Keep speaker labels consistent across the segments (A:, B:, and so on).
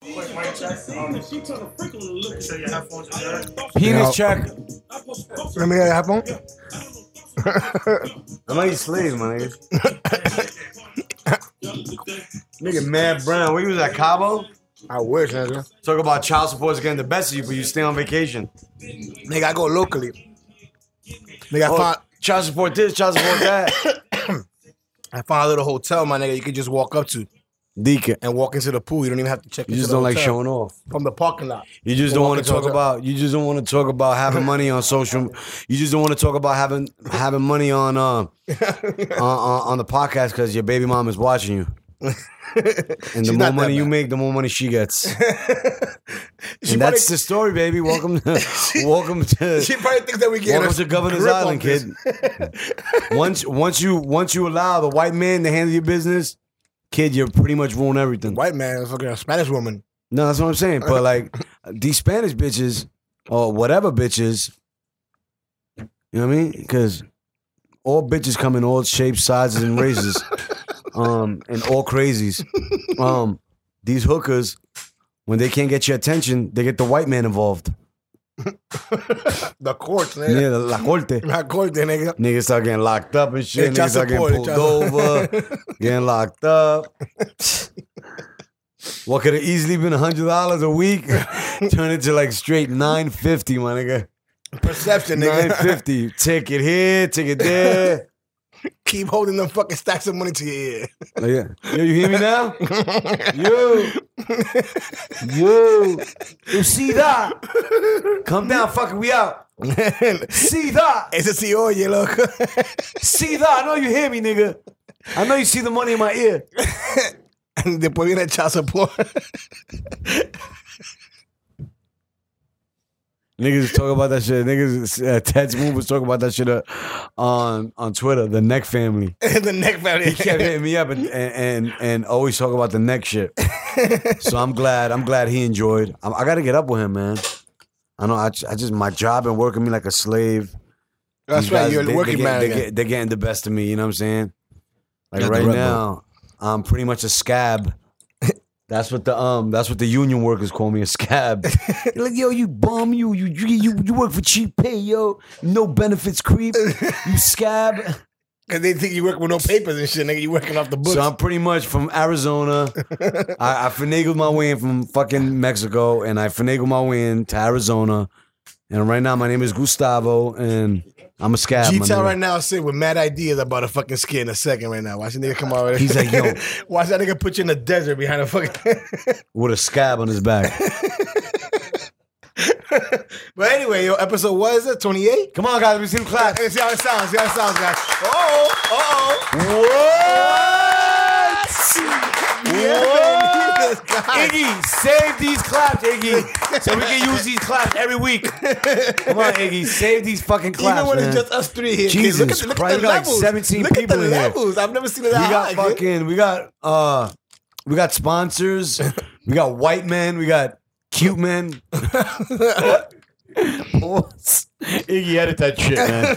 A: quick mic check. Um, make sure your headphones are good.
B: Penis check.
C: Let me have one.
D: I'm like slaves, my nigga. nigga, Mad Brown. Where you was at Cabo?
C: I wish, nigga.
D: Talk about child support's getting the best of you, but you stay on vacation.
C: Nigga, I go locally. Nigga, I
D: Oh,
C: found
D: child support this, child support that.
C: I found a little hotel, my nigga. You could just walk up to
D: Deacon.
C: and walk into the pool. You don't even have to check.
D: You
C: into
D: just
C: the
D: don't like
C: hotel.
D: showing off.
C: from the parking lot.
D: You just
C: Or
D: don't
C: walk
D: want to
C: into
D: talk
C: a-
D: about. You just don't want to talk about having money on social. You just don't want to talk about having having money on uh, on, on on the podcast because your baby mom is watching you. And the
C: She's
D: more
C: not that
D: money you
C: bad.
D: make, the more money she gets.
C: She
D: and that's
C: probably-
D: the story, baby. Welcome, to, welcome to
C: She probably thinks that we get
D: welcome
C: a
D: to Governor's
C: grip on
D: Island,
C: this.
D: kid. once once you once you allow the white man to handle your business, kid, you're pretty much ruin everything.
C: White man, fucking a Spanish woman.
D: No, that's what I'm saying. But like these Spanish bitches or whatever bitches, you know what I mean? Because all bitches come in all shapes, sizes, and races, um, and all crazies. Um, these hookers, when they can't get your attention, they get the white man involved.
C: The courts, nigga.
D: Yeah, the la corte.
C: Not court, then, nigga.
D: Niggas start getting locked up and shit.
C: They child
D: Niggas start getting
C: support,
D: pulled
C: they
D: over,
C: child-
D: getting locked up. What could have easily been hundred dollars a week turned into like straight nine fifty, my nigga.
C: Perception,
D: Nine
C: nigga.
D: fifty. Ticket here, ticket there.
C: Keep holding them fucking stacks of money to your ear.
D: Oh, yeah. Yo, you hear me now? You. You. You see that? Come down, fucker. We out. See that?
C: Ese sí oye, loco.
D: See that? I know you hear me, nigga. I know you see the money in my ear.
C: Después viene el child support.
D: Niggas talk about that shit. Niggas, uh, Ted's move was talking about that shit uh, on on Twitter. The neck family.
C: the neck
D: He
C: family.
D: kept hitting me up and and and, and always talk about the neck shit. so I'm glad. I'm glad he enjoyed. I, I got to get up with him, man. I know. I, ju- I just my job and working me like a slave.
C: That's
D: These
C: right.
D: guys,
C: You're
D: they-
C: a working
D: they Get,
C: man.
D: they
C: again.
D: get, they're getting the best of me. You know what I'm saying? Like
B: Got the
D: right
B: Red Bull.
D: now, I'm pretty much a scab. That's what the um. That's what the union workers call me, a scab. They're like yo, you bum, you you you you- you work for cheap pay, yo. No benefits, creep. You scab.
C: Cause they think you work with no papers and shit, nigga. You working off the books.
D: So I'm pretty much from Arizona. I, I finagled my way in from fucking Mexico, and I finagled my way in to Arizona. And right now, my name is Gustavo, and I'm a scab. my
C: G-Town
D: nigga.
C: right now sitting with mad ideas about a fucking skit in a second right now. Watch the nigga come out. with-
D: He's like, yo.
C: Watch that nigga put you in the desert behind a fucking.
D: with a scab on his back.
C: but anyway, yo, episode what is it? 28?
D: Come on, guys, we see him clap.
C: Let's see how it sounds. See how it sounds, guys. Oh, oh.
D: What?
C: Yeah, baby. God.
D: Iggy, save these claps, Iggy, so we can use these claps every week. Come on, Iggy, save these fucking claps,
C: Even when
D: man.
C: it's just us three here, kid,
D: Jesus
C: look at the, look
D: Christ,
C: at
D: we
C: the
D: got like
C: levels.
D: 17
C: look
D: people
C: at the
D: in here.
C: levels. I've never seen it that
D: we got
C: high. kid.
D: fucking, we got uh, we got sponsors, we got white men, we got cute men. Iggy, edit that shit, man.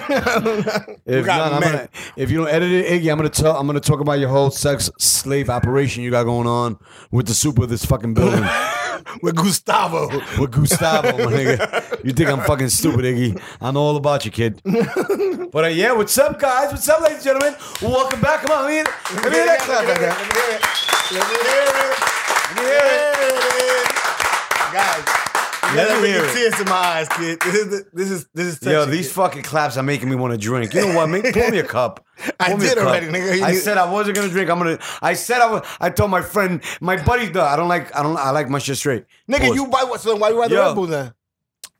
D: If,
C: got
D: not, I'm
C: men.
D: gonna- if you don't edit it, Iggy, I'm gonna tell. I'm gonna talk about your whole sex slave operation you got going on with the super of this fucking building
C: With Gustavo.
D: with Gustavo, my nigga. You think I'm fucking stupid, Iggy? I know all about you, kid. But uh, yeah, what's up, guys? What's up, ladies and gentlemen? Welcome back. Come on, let me hear, let me hear that clap.
C: Let
D: right
C: me hear
D: there.
C: it. Let me hear it.
D: Let me hear it.
C: Guys,
D: Let
C: let
D: me
C: me
D: hear it.
C: tears to my eyes, kid. This is the- this is this is
D: Yo,
C: touching,
D: these
C: kid.
D: fucking claps are making me want to drink. You know what? Make, pour me a cup.
C: I
D: Pour me a
C: did
D: cup.
C: already, nigga. You
D: I
C: did-
D: said I wasn't gonna drink. I'm gonna. I said I was. I told my friend, my buddy, though. I don't like. I don't. I like my shit straight.
C: nigga,
D: Pause.
C: you buy what? So then why you buy the
D: Yo.
C: Red Bull then?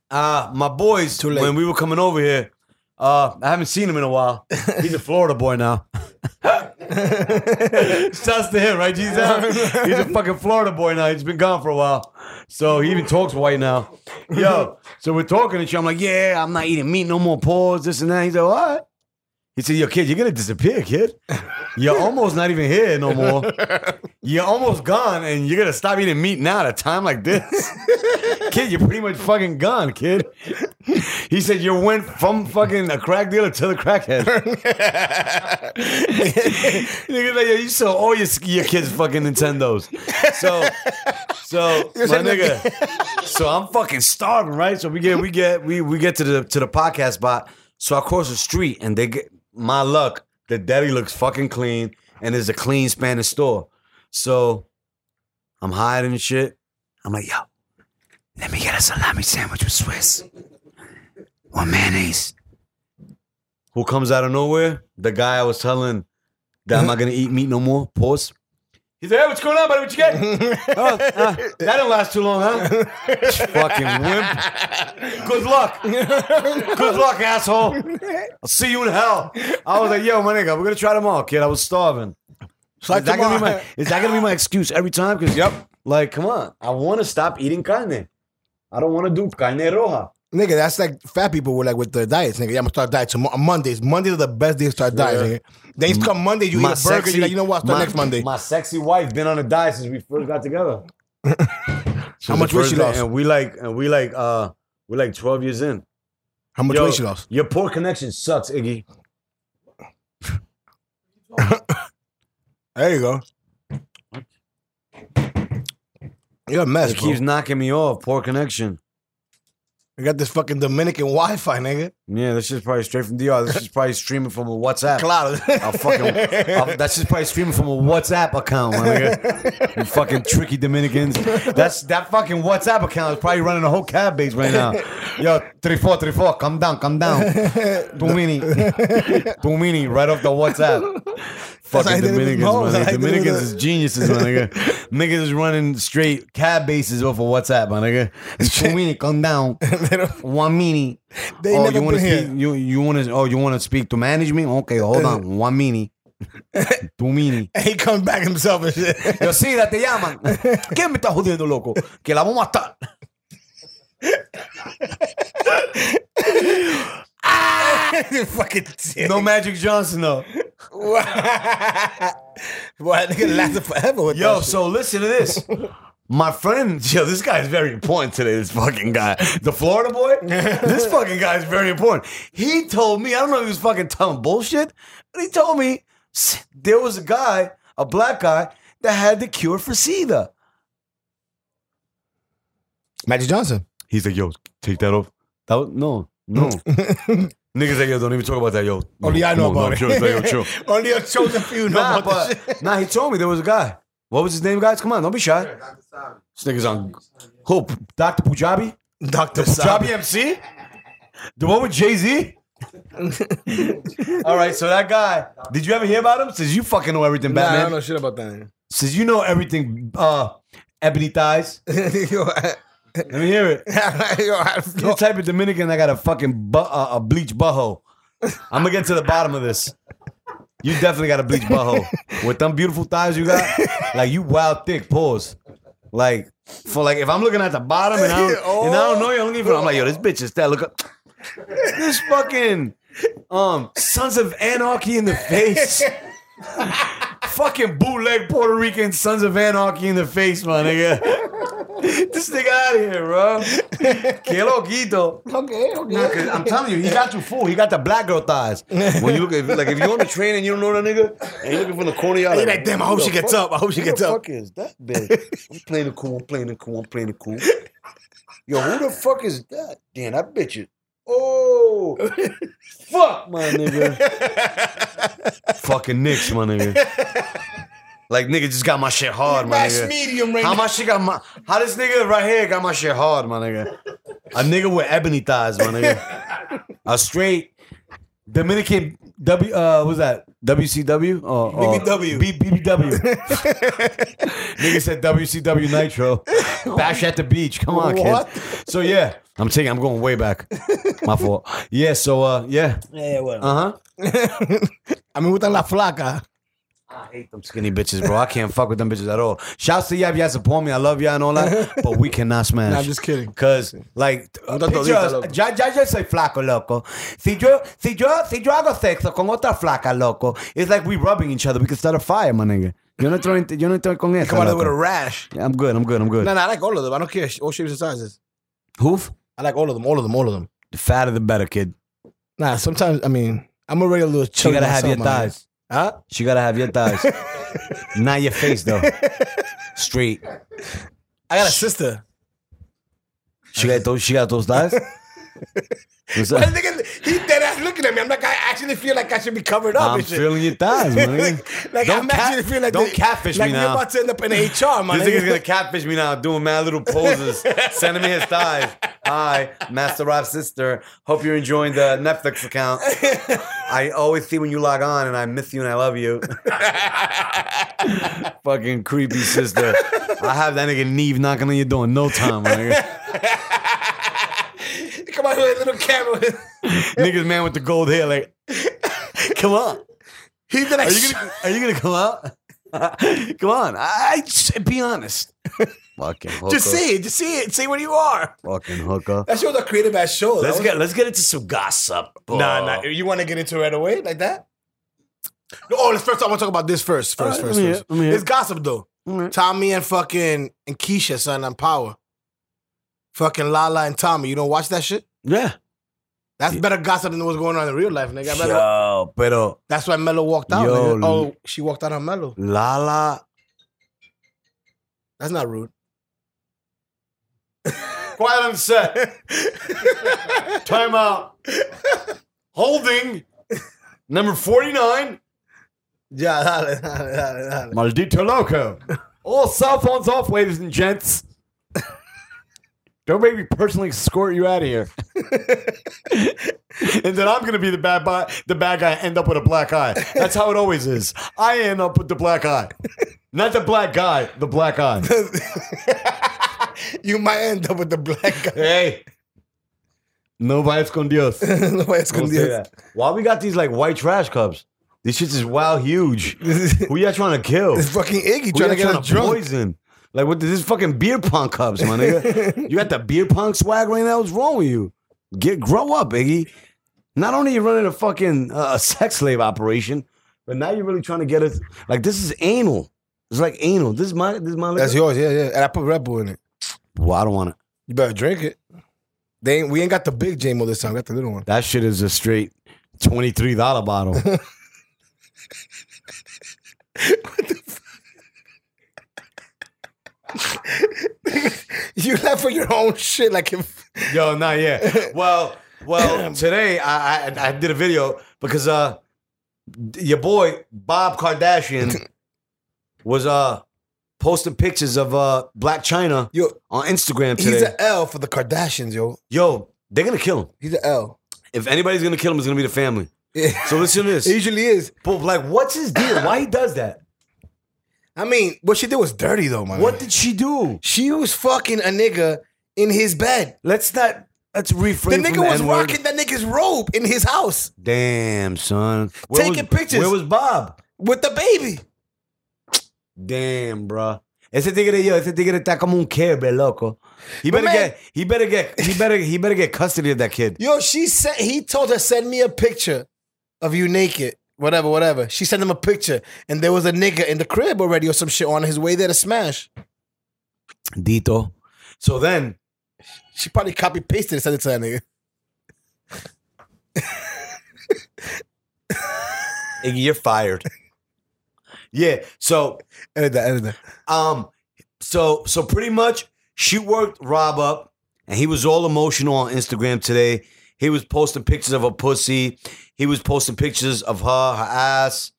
D: Uh, my boys,
C: late.
D: when we were coming over here, uh, I haven't seen him in a while. He's a Florida boy now. Shouts to him, right, Jesus? He's a fucking Florida boy now. He's been gone for a while. So he even talks white now. Yo, so we're talking and shit. I'm like, yeah, I'm not eating meat no more, pause, this and that. He's like, all right. He said, yo, kid, you're going to disappear, kid. You're almost not even here no more. You're almost gone and you're going to stop eating meat now at a time like this kid, you're pretty much fucking gone, kid. He said you went from fucking a crack dealer to the crackhead. Nigga, like, yo, you sell all your your kids fucking Nintendos. So, so my
C: saying that-
D: nigga, so I'm fucking starving, right? So we get we get we we get to the to the podcast spot. So I cross the street and they get my luck. The deli looks fucking clean and there's a clean Spanish store. So I'm hiding and shit. I'm like, yo, let me get a salami sandwich with Swiss. Or mayonnaise. Who comes out of nowhere? The guy I was telling that I'm not gonna eat meat no more. Pause. He's like, hey, what's going on, buddy? What you get? oh, uh, that didn't last too long, huh? Fucking wimp. Good luck. Good luck, asshole. I'll see you in hell. I was like, yo, my nigga, we're gonna try tomorrow, kid. I was starving.
C: Try
D: is, that gonna be
C: tomorrow.
D: my, is that gonna be my excuse every time? Because
C: Yep.
D: like, come on, I want to stop eating carne. I don't want to do carne roja.
C: Nigga, that's like fat people were like with their diets, nigga. Yeah, I'm gonna start diet tomorrow. Mondays. Mondays are the best day to start dieting.
D: Yeah.
C: nigga. Then you come Monday, you eat a burger, you like, you know what, I'll start
D: my-
C: next Monday.
D: My sexy wife been on a diet since we first got together.
C: How much weight she lost?
D: And we like, and we like, uh, we're like twelve years in.
C: How much
D: Yo,
C: weight she lost?
D: Your poor connection sucks, Iggy.
C: There you go. You're a mess,
D: It
C: bro.
D: keeps knocking me off. Poor connection.
C: You got this fucking Dominican Wi-Fi, nigga.
D: Yeah, this shit's probably straight from DR. This is probably streaming from a WhatsApp.
C: Cloud.
D: I fucking I, that's just probably streaming from a WhatsApp account, my nigga. You fucking tricky Dominicans. That's that fucking WhatsApp account is probably running a whole cab base right now. Yo, three four three four, come down, come down. Domini, Domini, right off the WhatsApp.
C: how
D: Fucking
C: they do it
D: Dominicans,
C: now.
D: my nigga.
C: That's how they do
D: Dominicans
C: it.
D: is geniuses, my nigga. Niggas is running straight cab bases off of WhatsApp, my nigga. Domini, come down. One mini.
C: They
D: oh,
C: never
D: you want to
C: been here. Eh.
D: speak? You you want to? Oh, you want to speak to management? Okay, hold on. One mini. Two mini.
C: And he comes back himself and shit.
D: Yo, sí, la te llaman. ¿Quién me está jodiendo, loco? Que la vamos a matar.
C: You fucking dick.
D: No Magic Johnson, though.
C: Boy, that nigga lasted forever with
D: Yo,
C: that shit.
D: so listen to this. My friend, yo, this guy is very important today. This fucking guy, the Florida boy, this fucking guy is very important. He told me, I don't know if he was fucking telling bullshit, but he told me s- there was a guy, a black guy, that had the cure for SIDA.
C: Magic Johnson.
D: He's like, yo, take that off. That was, no, no. Niggas like, yo, don't even talk about that, yo. No,
C: Only Oh, I know
D: no, no,
C: about it.
D: chill, chill, yo, chill.
C: Only a chosen few know
D: nah,
C: about this shit.
D: but nah, he told me there was a guy. What was his name, guys? Come on, don't be shy. This nigga's on who? Dr. Pujabi?
C: Dr.
D: Pujabi
C: Sabi.
D: MC? The one with Jay Z? All right, so that guy, did you ever hear about him? Since you fucking know everything,
C: Nah, I
D: Batman.
C: don't know shit about that.
D: Since you know everything, uh, Ebony Thighs.
C: yo, I,
D: Let me hear it.
C: yo, I don't
D: You
C: know.
D: the type of Dominican that got a fucking bu- uh, a bleach butthole. I'm gonna get to the bottom of this. You definitely got a bleach butthole with them beautiful thighs you got. Like you wild thick paws. Like for like if I'm looking at the bottom and I don't, and
C: Oh.
D: I don't know you, I don't even. I'm like yo, this bitch is that. Look up. This fucking um Sons of Anarchy in the face. fucking bootleg Puerto Rican Sons of Anarchy in the face, my nigga. this nigga out of here, bro. Que loquito.
C: Okay,
D: No, 'cause I'm telling you, he got you full. He got the black girl thighs. When you look at like if you're on the train and you don't know that nigga, and you're looking for the corner, you're
C: He like, damn, I hope
D: who
C: she
D: the
C: gets
D: fuck-
C: up. I hope she
D: who
C: gets
D: the
C: up.
D: fuck is that bitch? I'm playing the cool. I'm playing the cool. I'm playing the cool. Yo, who the fuck is that? Damn, that bitch is. Oh, fuck, my nigga. Fucking Knicks, my nigga. Like nigga just got my shit hard, my
C: Mass
D: nigga.
C: medium right
D: How
C: now.
D: my shit got my how this nigga right here got my shit hard, my nigga. A nigga with ebony thighs, my nigga. A straight Dominican W uh what was that? WCW? Or, or
C: BBW.
D: Oh, B- BBW. nigga said WCW Nitro. Bash at the beach. Come on,
C: What?
D: kids. So yeah. I'm taking I'm going way back. My fault. Yeah, so uh yeah.
C: Yeah, well.
D: Uh-huh.
C: I mean, with la flaca.
D: I hate them skinny bitches, bro. I can't fuck with them bitches at all. Shouts to y'all if y'all support me. I love y'all and all that, but we cannot smash.
C: Nah, I'm just kidding.
D: Cause like uh,
C: tanto
D: picture
C: ahorita,
D: us-
C: loco.
D: ya, ya yo soy flaco, loco. Si yo, si yo, si yo hago sexo con otra flaca, loco, it's like we rubbing each other. We can start a fire, my nigga. Yo no estoy, yo no estoy con esa,
C: Come out of it with a
D: loco.
C: rash.
D: Yeah, I'm good. I'm good. I'm good.
C: No, no, I like all of them. I don't care. All shapes and sizes.
D: Hoof.
C: I like all of them. All of them. All of them.
D: The fatter the better, kid.
C: Nah, sometimes I mean I'm already a little
D: She
C: chubby.
D: gotta have your
C: myself, man.
D: thighs. She gotta have your thighs. Not your face though. Straight.
C: I got a sister.
D: She got those. She got those thighs. What's
C: But
D: up?
C: nigga, he dead ass looking at me. I'm like, I actually feel like I should be covered up.
D: I'm
C: and shit.
D: feeling your thighs, man.
C: like, like
D: Don't
C: I'm
D: cat-
C: actually feeling like
D: don't
C: the-
D: catfish
C: like
D: me
C: You're
D: now.
C: about to end up in HR, my
D: This nigga's gonna
C: nigga.
D: catfish me now, doing mad little poses, sending me his thighs. Hi, Master Rob's sister. Hope you're enjoying the Netflix account. I always see when you log on, and I miss you and I love you. Fucking creepy sister. I have that nigga Neve knocking on your door in no time. my Nigga.
C: Come on, with a little camera.
D: Niggas man with the gold hair, like, come on.
C: He's like,
D: Are you gonna Are you gonna come out? come on, I, I- be honest. Fucking hooker.
C: just see it, just see it, see where you are.
D: Fucking hooker.
C: That shit was a creative ass show.
B: Let's
C: That was-
B: get let's get into some gossip.
C: Nah, nah. You want to get into it right away like that? No, oh, let's first. I want to talk about this first. First,
D: All right, let
C: first,
D: me hear
C: first.
D: it, let me hear
C: It's
D: it.
C: gossip though. Tommy and fucking and Keisha, son, on Power. Fucking Lala and Tommy. You don't watch that shit?
D: Yeah.
C: That's better gossip than what's going on in real life, nigga. Better-
D: Yo, pero
C: That's why Mello walked out.
D: Yo,
C: nigga. Oh, she walked out on Mello.
D: Lala.
C: That's not rude.
D: Quiet on set. Time out. Holding number 49.
C: Yeah, dale, dale, dale, dale.
D: Maldito loco. All cell phones off, ladies and gents. Don't make me personally escort you out of here. and then I'm gonna be the bad guy. The bad guy end up with a black eye. That's how it always is. I end up with the black eye, not the black guy. The black eye.
C: you might end up with the black guy.
D: Hey. No vayas con Dios.
C: Nobody's gonna do that.
D: Why we got these like white trash cups? These shits is wow huge. Who y'all trying to kill?
C: It's fucking Iggy
D: Who y'all
C: trying to get us drunk.
D: poison? Like what? This is fucking beer pong cups, my nigga. you got the beer pong swag right now. What's wrong with you? Get grow up, Iggy. Not only you running a fucking uh, a sex slave operation, but now you're really trying to get us. Like this is anal. It's like anal. This is my. This is my. Liquor.
C: That's yours, yeah, yeah. And I put Red Bull in it.
D: well, I don't want it.
C: You better drink it. They ain't, we ain't got the big JMO this time. We got the little one.
D: That shit is a straight twenty three dollar bottle.
C: You laugh for your own shit, like if
D: Yo, not yet. Well, well, today I, I I did a video because uh your boy Bob Kardashian was uh posting pictures of uh Black China
C: yo.
D: on Instagram
C: He's
D: today.
C: an L for the Kardashians, yo.
D: Yo, they're gonna kill him.
C: He's an L.
D: If anybody's gonna kill him, it's gonna be the family.
C: Yeah.
D: So listen to
C: It
D: this.
C: usually is.
D: But like, what's his deal? Why he does that?
C: I mean, what she did was dirty though, man.
D: What did she do?
C: she was fucking a nigga in his bed.
D: Let's not. Let's reframe.
C: The
D: from
C: nigga was
D: N-word.
C: rocking that nigga's robe in his house
D: Damn, son. Where
C: Taking
D: was-
C: pictures.
D: Where was Bob?
C: with the baby.
D: Damn, bro. Ese tigre yo, ese tigre está como un quiebre, loco. He better
C: man-
D: get, he better get, he better, he better get custody of that kid.
C: Yo, she sent. He told her send me a picture of you naked, whatever, whatever. She sent him a picture, and there was a nigga in the crib already or some shit on his way there to smash.
D: Dito. So then,
C: She probably copy pasted and sent it to that nigga.
D: Iggy, you're fired. yeah. So,
C: Edit that. Edit that.
D: um, so, so pretty much, she worked Rob up, and he was all emotional on Instagram today. He was posting pictures of her pussy. He was posting pictures of her, her ass,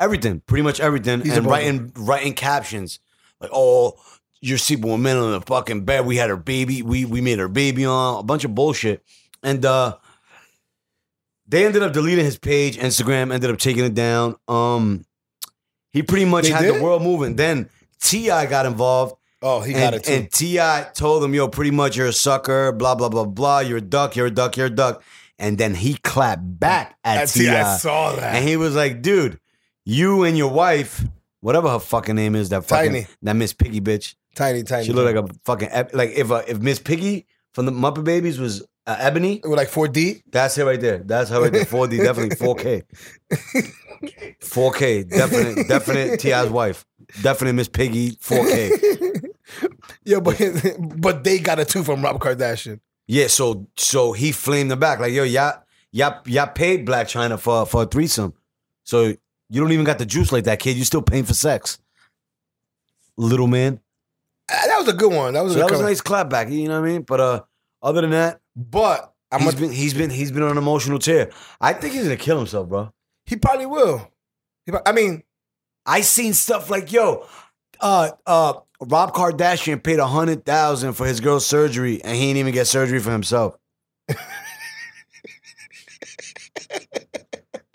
D: everything, pretty much everything,
C: He's
D: and
C: a brother.
D: writing writing captions like, "Oh, you're sleeping with men on the fucking bed. We had her baby. We we made her baby on a bunch of bullshit." And uh they ended up deleting his page. Instagram ended up taking it down. Um, he pretty much
C: They
D: had
C: did?
D: the world moving. Then Ti got involved
C: Oh, he got
D: and,
C: it too.
D: and Ti told him, "Yo, pretty much you're a sucker. Blah blah blah blah. You're a duck. You're a duck. You're a duck." And then he clapped back at
C: see, I
D: Ti,
C: saw
D: and
C: that.
D: he was like, "Dude, you and your wife, whatever her fucking name is, that fucking
C: Tiny.
D: that Miss Piggy bitch.
C: Tiny, tiny.
D: She looked like a fucking eb- like if uh, if Miss Piggy from the Muppet Babies was uh, Ebony,
C: with like 4D.
D: that's her right there. That's her right there. 4D, definitely 4K, 4K, definite, definite Ti's wife, definite Miss Piggy 4K."
C: Yeah, but but they got it too from Rob Kardashian.
D: Yeah, so so he flamed them back like yo, y'all, y'all, y'all paid Black China for for a threesome, so you don't even got the juice like that, kid. You still paying for sex, little man.
C: Ah, That was a good one. That was
D: So
C: a
D: that
C: good
D: was a
C: one.
D: nice clap back. You know what I mean? But uh, other than that,
C: But I'm
D: he's
C: a,
D: been he's been he's been on an emotional tear. I think he's gonna kill himself, bro.
C: he probably will. He prob- I mean,
D: I seen stuff like yo, uh, uh, Rob Kardashian paid a hundred thousand for his girl's surgery, and he didn't even get surgery for himself.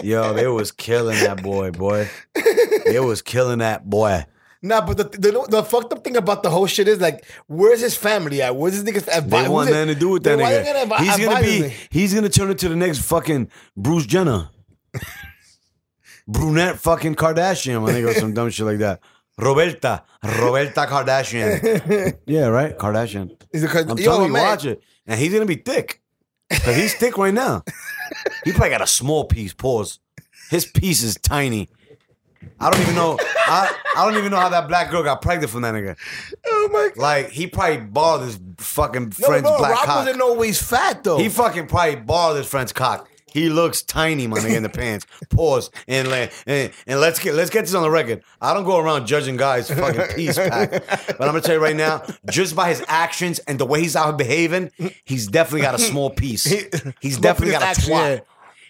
D: yo, they was killing that boy, boy. They was killing that boy.
C: nah. But the, the the fucked up thing about the whole shit is like, where's his family at? Where's his niggas at?
D: They want nothing to do with that
C: Why you
D: nigga.
C: gonna advi-
D: he's gonna
C: advise
D: be
C: me?
D: he's gonna turn into the next fucking Bruce Jenner. Brunette fucking Kardashian, my nigga, or some dumb shit like that. Roberta, Roberta Kardashian. yeah, right, Kardashian.
C: He's a,
D: I'm
C: yo,
D: telling you,
C: man,
D: watch it, and he's gonna be thick, cause he's thick right now. He probably got a small piece. Pause. His piece is tiny. I don't even know. I, I don't even know how that black girl got pregnant from that nigga.
C: Oh my god.
D: Like he probably borrowed his fucking
C: No,
D: friend's
C: no,
D: black
C: Rob
D: cock.
C: wasn't always fat though.
D: He fucking probably borrowed his friend's cock. He looks tiny, my nigga, in the pants. Pause and land and, and let's get let's get this on the record. I don't go around judging guys fucking peace pack, but I'm gonna tell you right now, just by his actions and the way he's out behaving, he's definitely got a small piece. He's definitely got a
C: action,
D: twat.
C: yeah.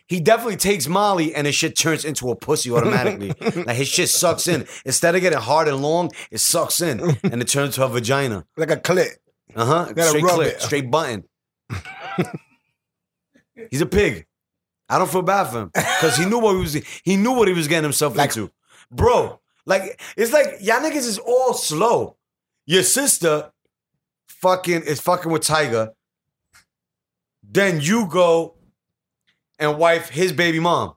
D: He definitely takes Molly and his shit turns into a pussy automatically. like his shit sucks in. Instead of getting hard and long, it sucks in and it turns to a vagina.
C: like a clit.
D: Uh huh.
C: Gotta
D: Straight
C: rub
D: clip,
C: it.
D: straight button. He's a pig. I don't feel bad for him because he knew what he was. He knew what he was getting himself into, bro. Like it's like y'all niggas is all slow. Your sister, fucking is fucking with Tiger. Then you go and wife his baby mom.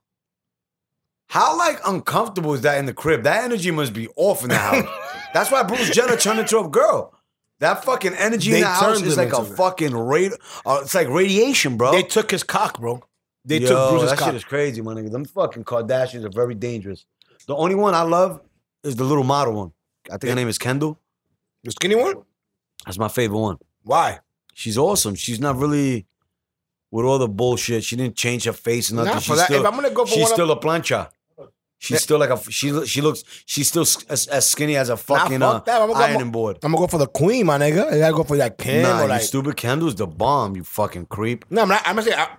D: How like uncomfortable is that in the crib? That energy must be off in the house. That's why Bruce Jenner turned into a girl. That fucking energy in
C: They
D: the house
C: turned
D: is
C: him
D: like a
C: into that.
D: fucking rad- uh, It's like radiation, bro.
C: They took his cock, bro. They
D: Yo,
C: took Bruce's
D: that
C: cock.
D: shit is crazy, my nigga. Them fucking Kardashians are very dangerous. The only one I love is the little model one. I think her name is Kendall.
C: the skinny one?
D: That's my favorite one.
C: Why?
D: She's awesome. She's not really with all the bullshit. She didn't change her face or nothing.
C: Nah, for
D: she's
C: that-
D: still,
C: if I'm gonna go for
D: she's
C: one of-
D: still a plancha. She's still like a she. She looks. She's still s- as, as skinny as a fucking
C: fuck that.
D: uh,
C: I'm gonna go-
D: ironing board.
C: I'm gonna go for the queen, my nigga. I gotta go for that Kim
D: Nah,
C: or
D: you
C: like.
D: stupid. Kendall's the bomb. You fucking creep.
C: no, I'm not. I'm gonna say I,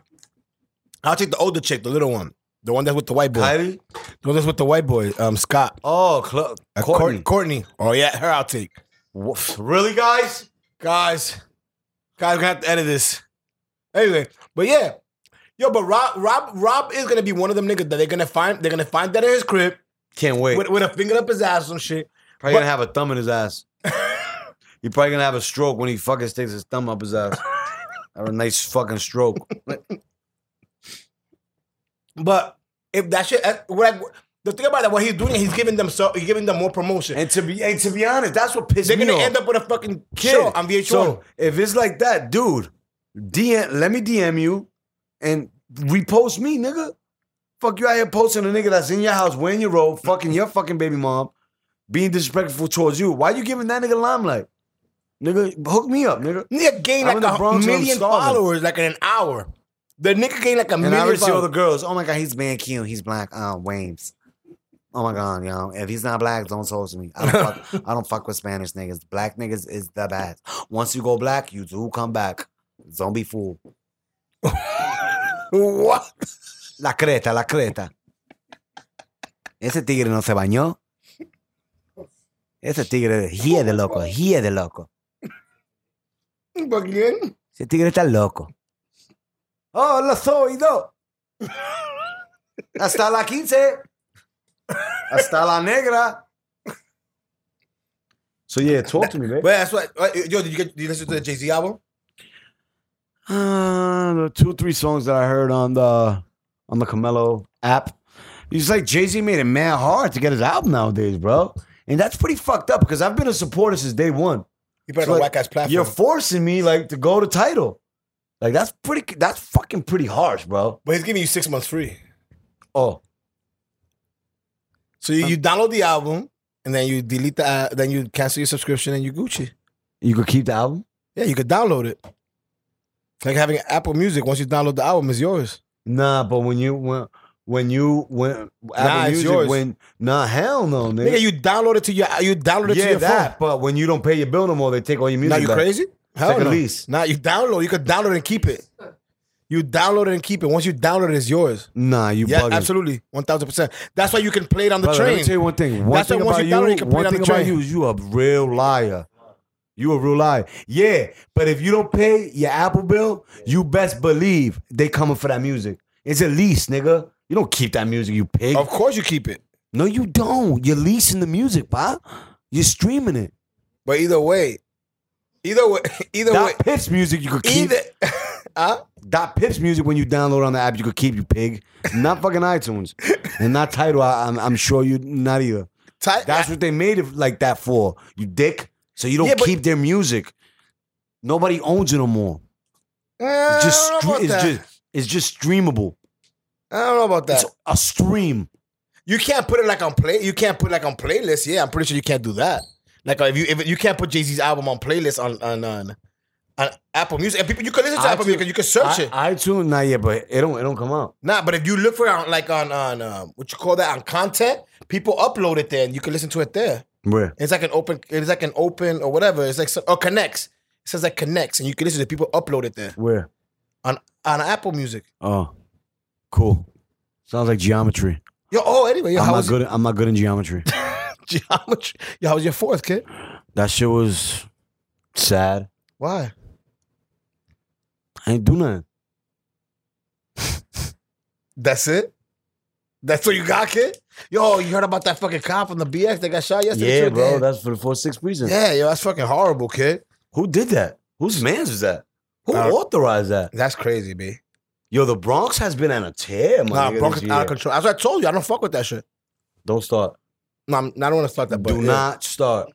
C: I'll take the older chick, the little one, the one that's with the white boy,
D: Kylie.
C: the one that's with the white boy, um, Scott,
D: Oh, Cl-
C: Uh, Cour-
D: Courtney.
C: Courtney. Oh yeah, her I'll take.
D: Woof. Really, guys?
C: Guys, guys, we're gonna have to edit this. Anyway, but yeah, yo, but Rob, Rob, Rob is gonna be one of them niggas that they're gonna find. They're gonna find that in his crib
D: Can't wait.
C: with, with a finger up his ass and shit.
D: Probably gonna have a thumb in his ass. he probably gonna have a stroke when he fucking sticks his thumb up his ass. have a nice fucking stroke.
C: But if that shit, eh, what I, the thing about that, what he's doing, he's giving them so he's giving them more promotion.
D: And to be and to be honest, that's what pissed
C: they're
D: me
C: gonna
D: off.
C: end up with a fucking
D: Kid,
C: show on VH1.
D: So if it's like that, dude, DM let me DM you and repost me, nigga. Fuck you out here posting a nigga that's in your house wearing your robe, fucking your fucking baby mom, being disrespectful towards you. Why you giving that nigga limelight? Nigga, hook me up, nigga.
C: nigga gained
D: I'm in
C: like
D: the
C: a
D: Bronx and I'm
C: million
D: starving.
C: followers like in an hour. The nigga gained like a
D: And I
C: million.
D: already see all the girls.
C: followers.
D: Oh my god, he's man cute. He's black. Oh, Wames. Oh my god, yo. If he's not black, don't talk to me. I don't fuck, I don't fuck with Spanish niggas. Black niggas is the best. Once you go black, you do come back. Don't be fooled.
C: What?
D: La creta, la creta. Ese tigre no se bañó. Ese tigre, he es de loco, he es de loco.
C: Fucking-
D: Ese tigre está loco. ¡Oh, los oídos! Hasta la 15. Hasta la negra. So yeah, talk to me,
C: But that's what. uh, Yo, did you get? Did you listen to the Jay Z album?
D: Uh, the two, three songs that I heard on the on the Camelo app. It's like Jay Z made it mad hard to get his album nowadays, bro. And that's pretty fucked up because I've been a supporter since day one.
C: He put it
D: So,
C: on
D: like,
C: whack ass platform.
D: You're forcing me like to go to title. Like that's pretty. That's fucking pretty harsh, bro.
C: but he's giving you six months free.
D: Oh,
C: So you, you download the album and then you delete the. Uh, then you cancel your subscription and you Gucci.
D: you could keep the album.
C: Yeah, you could download it. Like having Apple Music, once you download the album, is yours.
D: Nah, but when you when when you when
C: Nah,
D: Apple
C: it's
D: Music
C: yours.
D: when nah hell no nigga,
C: Nigga, you download it to your you download it to
D: yeah
C: your
D: that but when you don't pay your bill no more they take all your
C: phone.
D: music.
C: Now you
D: back.
C: crazy?
D: like
C: Hell
D: a
C: no.
D: lease.
C: Now you download. You could download and keep it. You download it and keep it. Once you download it, it's yours.
D: Nah, you
C: Yeah,
D: bugging.
C: absolutely, one thousand percent. That's why you can play it on the
D: Brother, Let me
C: train.
D: tell you one thing. One
C: That's
D: thing
C: why once
D: about
C: you download,
D: you,
C: you can play
D: one
C: it on
D: thing
C: the
D: about
C: train.
D: you is you a real liar. You a real liar. Yeah, but if you don't pay your Apple bill, you best believe they coming for that music. It's a lease, nigga. You don't keep that music, you pig.
C: Of course, you keep it.
D: No, you don't. You're leasing the music, pop. You're streaming it.
C: But either way, either way, either
D: Dot
C: way,
D: Pips music you could keep.
C: either. huh?
D: Dot Pips music when you download on the app you could keep, you pig. Not fucking iTunes. And not title. I, I'm, I'm sure you not either.
C: Ti-
D: That's what they made it like that for. You dick. So you don't
C: Yeah, but-
D: keep their music. Nobody owns it no more.
C: Eh,
D: It's just
C: I don't know
D: stre-
C: about
D: it's
C: that.
D: just it's just streamable.
C: I don't know about that.
D: It's a stream.
C: You can't put it like on play. You can't put like on playlist. Yeah, I'm pretty sure you can't do that. Like uh, if you if you can't put Jay Z's album on playlist on on, on on Apple Music, and people you can listen to Apple
D: iTunes-
C: Music, you can search
D: I-
C: it.
D: iTunes, not yet, but it don't it don't come out.
C: Nah, but if you look for it on like on on um, what you call that on content, people upload it there, and you can listen to it there.
D: Where?
C: It's like an open. It's like an open or whatever. It's like so- or connects. It says like connects, and you can listen to people upload it there
D: Where?
C: on on Apple Music.
D: Oh. Cool. Sounds like geometry.
C: Yo, oh anyway, yo,
D: I'm
C: how
D: not
C: was
D: good I'm not good in geometry.
C: geometry? Yo, how was your fourth kid?
D: that shit was sad.
C: Why?
D: I ain't do nothing.
C: That's it. That's what you got, kid. Yo, you heard about that fucking cop from the BX that got shot yesterday?
D: Yeah,
C: too?
D: bro.
C: Damn.
D: That's for the four six reason.
C: yeah, yo, that's fucking horrible, kid.
D: Who did that? Whose man's was that? Who
C: Uh,
D: authorized that?
C: That's crazy, b.
D: Yo, the Bronx has been on a tear, my
C: Nah,
D: nigga,
C: Bronx
D: this
C: is out of
D: year.
C: control. That's what I told you. I don't fuck with that shit.
D: Don't start.
C: No, I'm, I don't want to start that. But
D: Do
C: yeah.
D: not start.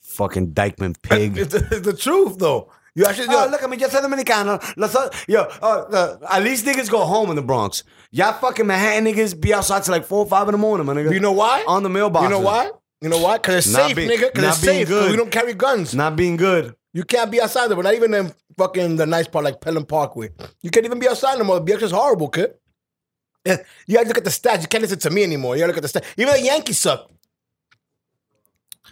D: Fucking Dykeman pig.
C: It's the, it's the truth, though. You actually
D: Oh, look at me, just a Dominicano. Los- Yo, uh, uh, at least niggas go home in the Bronx. Y'all fucking Manhattan niggas be outside till like 4 or 5 in the morning, my nigga.
C: You know why?
D: On the mailbox.
C: You know why? You know why? Because it's
D: Not
C: safe,
D: be-
C: nigga. Because
D: not
C: it's
D: being
C: safe.
D: good.
C: Good. We don't carry guns.
D: Not being good.
C: You can't be outside. We're not even in fucking the nice part like Pelham Parkway. You can't even be outside no more. BX is horrible, kid. Yeah, You gotta look at the stats. You can't listen to me anymore. You gotta look at the stats. Even the Yankees suck.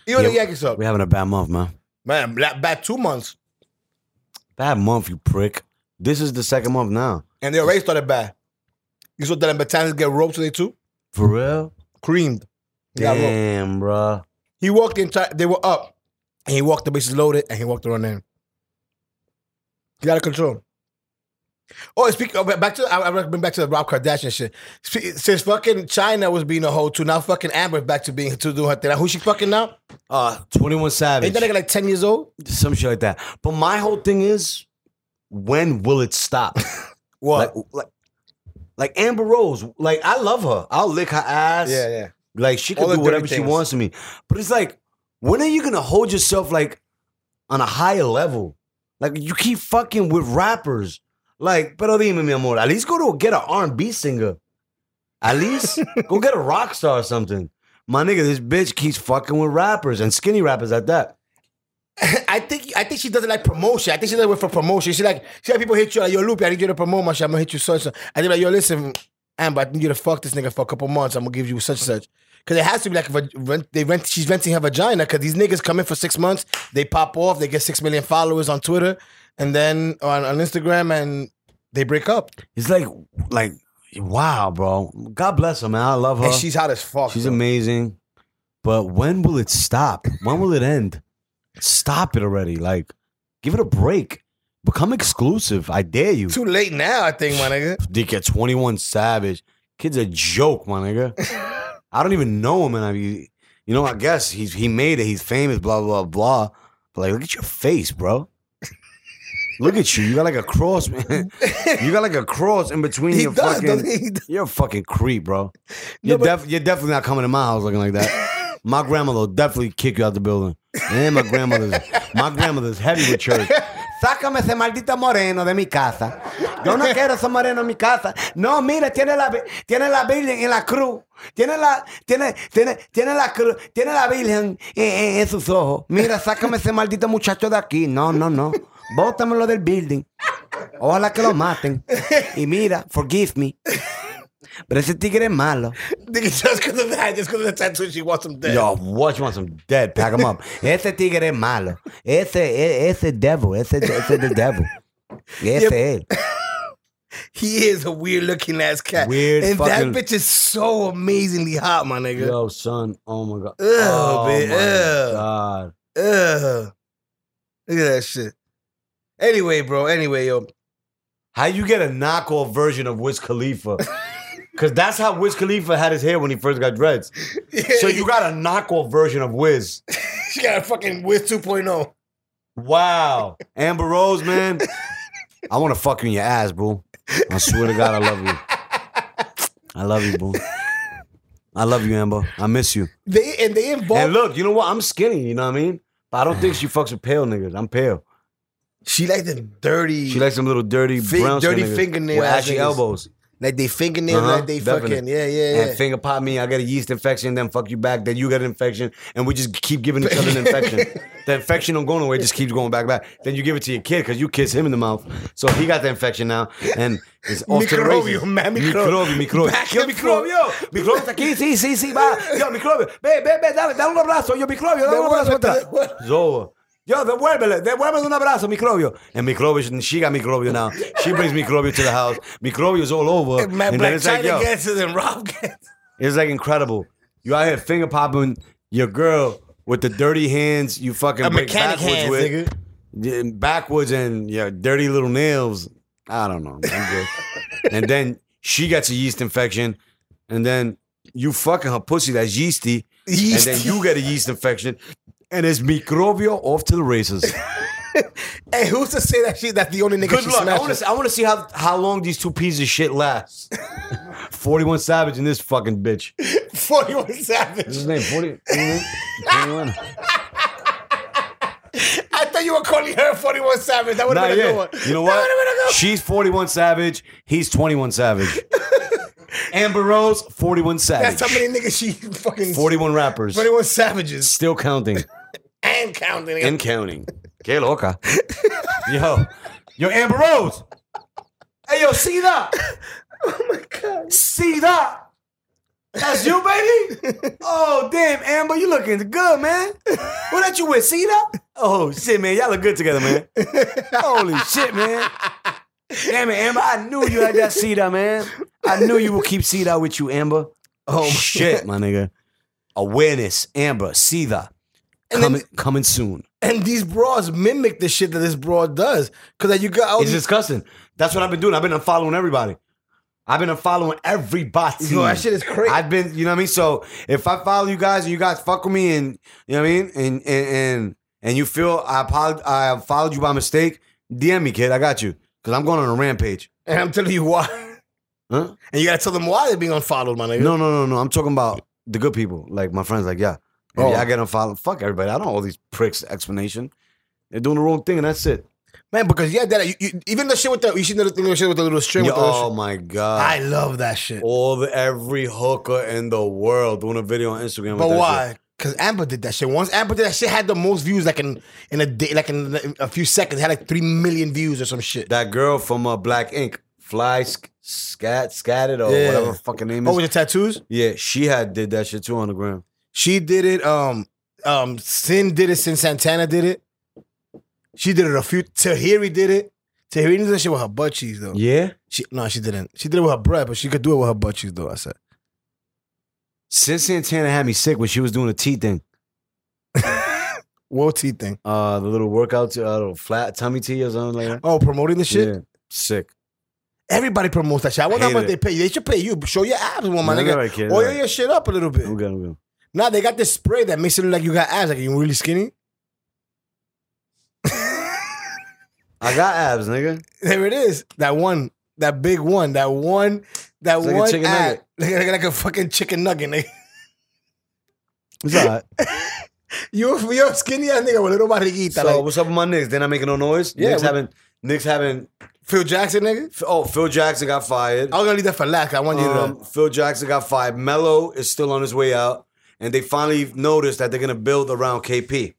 C: Even the
D: Yeah.
C: Yankees suck.
D: We're having a bad month, man.
C: Man, that back two months.
D: Bad month, you prick. This is the second month now.
C: And they already started bad. You saw Dylan Batanzas get roped today too?
D: For real?
C: Creamed. He got roped.
D: Damn, bruh.
C: He walked the entire. They were up, and he walked the bases loaded, and he walked the run in. He got out of control. Oh, speaking of, back to I, I been back to the Rob Kardashian shit. Spe- Since fucking China was being a hoe too, now fucking Amber's back to being to do her thing. Now, who she fucking now?
D: Uh, 21 Savage.
C: Ain't that nigga like ten years old?
D: Some shit like that. But my whole thing is, when will it stop? like,
C: What?
D: like, like Amber Rose. Like I love her. I'll lick her ass.
C: yeah, yeah.
D: Like she
C: All
D: can do
C: the dirty
D: whatever she
C: things.
D: wants to me. But it's like, when are you gonna hold yourself like on a higher level? Like you keep fucking with rappers. Like, pero dime mi amor. At least go to get an R and B singer. At least go get a rock star or something. My nigga, this bitch keeps fucking with rappers and skinny rappers at that.
C: I think I think she doesn't like promotion. I think she does it for promotion. She like she like people hit you like yo Loopy, I need you to promote my shit. I'm gonna hit you such. and such. I think like yo listen, Amber, I need you to fuck this nigga for a couple months. I'm gonna give you such and such. Cause it has to be like if a- rent, they rent. She's renting her vagina. Cause these niggas come in for six months, they pop off, they get six million followers on Twitter, and then on, on Instagram, and they break up.
D: It's like, like, wow, bro. God bless her, man. I love her.
C: and she's hot as fuck.
D: She's
C: though.
D: amazing. But when will it stop? When will it end? Stop it already. Like, give it a break. Become exclusive. I dare you.
C: Too late now, I think, my nigga.
D: Dick at 21 Savage. Kid's a joke, my nigga. I don't even know him. And I mean, you know, I guess he's he made it. He's famous, blah, blah, blah. But like, look at your face, bro. Look at you. You got like a cross, man. You got like a cross in between
C: He
D: your
C: does,
D: fucking.
C: doesn't he? He does.
D: You're a fucking creep, bro. You're,
C: but-
D: def- you're definitely not coming to my house looking like that. my grandmother will definitely kick you out the building. And my grandmother's my grandmother's heavy with church. Sácame ese maldito moreno de mi casa. Yo no quiero ese moreno en mi casa. No, mira, tiene la, vi- tiene la Virgen en la cruz. Tiene la, tiene, tiene, tiene la cruz, tiene la Virgen en, en- en sus ojos. Mira, sácame ese maldito muchacho de aquí. No, no, no. Bótamelo del building.
B: Ojalá que lo maten. Y mira, forgive me. Pero ese tigre es malo.
C: Nigga, just because of that, just because of the tattoo, she wants him dead.
B: Yo, what you want some dead? Pack him up. Ese tigre es malo. Ese e- ese devil. Ese ese the devil. Ese es.
C: He is a weird looking ass cat.
D: Weird
C: And
D: fucking-
C: that bitch is so amazingly hot, my nigga.
D: Yo, son. Oh my god.
C: Ew,
D: oh
C: bitch,
D: my
C: ew.
D: god.
C: Ugh. Look at that shit. Anyway, bro. Anyway, yo.
D: How you get a knockoff version of Wiz Khalifa? Because that's how Wiz Khalifa had his hair when he first got dreads. So you got a knockoff version of Wiz.
C: she got a fucking Wiz oh. 2.0.
D: Wow. Amber Rose, man. I want to fuck you in your ass, bro. I swear to God, I love you. I love you, bro. I love you, Amber. I miss you.
C: They and they involved.
D: And look, you know what? I'm skinny, you know what I mean? But I don't think she fucks with pale niggas. I'm pale.
C: she like them dirty.
D: She likes some little dirty
C: Hmm. Fi-
D: brown skin
C: dirty
D: niggas
C: fingernail
D: with
C: ass
D: ashy
C: niggas.
D: elbows.
C: like they fingernails.
D: Uh-huh,
C: like they
D: definitely.
C: fucking. Yeah, yeah, yeah.
D: And finger pop me, I get a yeast infection, then fuck you back, then you get an infection, and we just keep giving each other an infection. the infection don't go nowhere, it just keeps going back, back. Then you give it to your kid because you kiss him in the mouth, so he got the infection now, and it's off to the races.
C: Microbio, man, micro-
D: microbio, microbio.
C: Back
D: Yo,
C: and
D: microbio, microbio está aquí, sí, sí, sí, va. Yo, microbio, ve, ve, ve, dale, dale un abrazo, yo, microbio, dale un abrazo atrás. Zoa. Yo, devuélvele, devuélvele un abrazo, microbio. And microbio, she got microbio now. She brings microbio to the house. Microbio's all over.
C: Eh, Man,
D: and then
C: Black
D: it's like,
C: China
D: yo,
C: gets it and Rob gets.
D: it's like incredible. You out here finger popping your girl with the dirty hands you fucking
C: A
D: break
C: mechanic
D: backwards
C: hands,
D: with,
C: nigga.
D: Yeah, backwards and your dirty little nails. I don't know. I'm good. and then she gets a yeast infection, and then you fucking her pussy that's yeasty,
C: Yeast.
D: and then you get a yeast infection, and it's microbio off to the races.
C: Hey, who's to say that she? That's the only nigga
D: Good
C: she
D: luck. I
C: smashed
D: want
C: with?
D: to. I want to see how how long these two pieces of shit last. Forty one Savage and this fucking bitch.
C: 41 Savage.
D: What's his name? 40, 21.
C: I thought you were calling her 41 Savage. That would
D: Nah,
C: have been a
D: yeah.
C: good one.
D: You know
C: That would've been a good
D: what? She's 41 Savage. He's 21 Savage. Amber Rose, 41 Savage.
C: That's how many niggas she fucking.
D: 41 rappers.
C: 21 savages
D: Still counting
C: and counting.
D: and counting. Que loca. Yo. Yo, Amber Rose. Hey, yo, see that? Oh, my God. See that? That's you, baby? Oh, damn, Amber, you looking good, man. What that you with? See that? Oh, shit, man. Y'all look good together, man. Holy shit, man. Damn it, Amber. I knew you had that Cedar, man. I knew you would keep Cedar with you, Amber. Oh, shit, my nigga. Awareness, Amber, Cedar.
C: And then-
D: Coming, coming soon.
C: And these bras mimic the shit that this bra does. Cause like, you got all
D: It's
C: these,
D: disgusting. That's what I've been doing. I've been unfollowing everybody. I've been unfollowing everybody.
C: Yo, that shit is crazy.
D: I've been, you know what I mean? So if I follow you guys and you guys fuck with me and you know what I mean, and and and, and you feel I apolog- I followed you by mistake, DM me, kid. I got you. Cause I'm going on a rampage.
C: and I'm telling you why.
D: Huh?
C: And you gotta tell them why they're being unfollowed, my nigga.
D: No, no, no, no. I'm talking about the good people. Like my friends, like, yeah. If
C: Oh.
D: y'all get unfollowed, fuck everybody. I don't owe these pricks explanation. They're doing the wrong thing and that's it.
C: Man, because yeah, that you, you, even the shit with the you see the little shit with the little string with the little
D: oh
C: shit.
D: my God.
C: I love that shit.
D: all the every hooker in the world doing a video on Instagram.
C: But
D: with that
C: why?
D: shit.
C: Cause Amber did that shit. Once Amber did that shit had the most views like in in a day like in a few seconds. It had like three million views or some shit.
D: That girl from uh, Black Ink, Fly Sc- Scat Scatted or
C: Yeah.
D: whatever her fucking name
C: Oh,
D: is.
C: with the tattoos?
D: yeah, she had did that shit too on the gram.
C: She did it. Um, um, Sin did it. Sin Santana did it. She did it a few. Tahiri did it. Tahiri did that shit with her butt cheeks though.
D: Yeah,
C: She no, she didn't. She did it with her breath, but she could do it with her butt cheeks though. I said.
D: since Santana had me sick when she was doing the T thing,
C: What T thing?
D: uh, the little workout, uh, little flat tummy T or something like that.
C: Oh, promoting the shit.
D: Yeah, sick.
C: Everybody promotes that shit. I wonder how
D: Hated
C: much they
D: it.
C: pay. They should pay you. Show your abs, one Oh, my
D: No,
C: nigga.
D: no, I can't.
C: Oil
D: No.
C: your shit up a little bit.
D: I'm good. I'm good.
C: Nah, they got this spray that makes it look like you got abs. Like you really skinny.
D: I got abs, nigga.
C: There it is. That one. That big one. That one. That
D: like a
C: one.
D: chicken
C: ab.
D: nugget.
C: Like, like, like a fucking chicken nugget. Nigga.
D: It's all right.
C: You you're a skinny ass nigga with little barriguita.
D: so
C: like
D: what's up with my Knicks? They're not making no noise.
C: Yeah,
D: Knicks
C: we-
D: haven't. Knicks haven't.
C: Phil Jackson, nigga.
D: Oh, Phil Jackson got fired.
C: I was gonna leave that for last. 'cause I want you
D: Um, Phil Jackson got fired. Melo is still on his way out, and they finally noticed that they're gonna build around KP.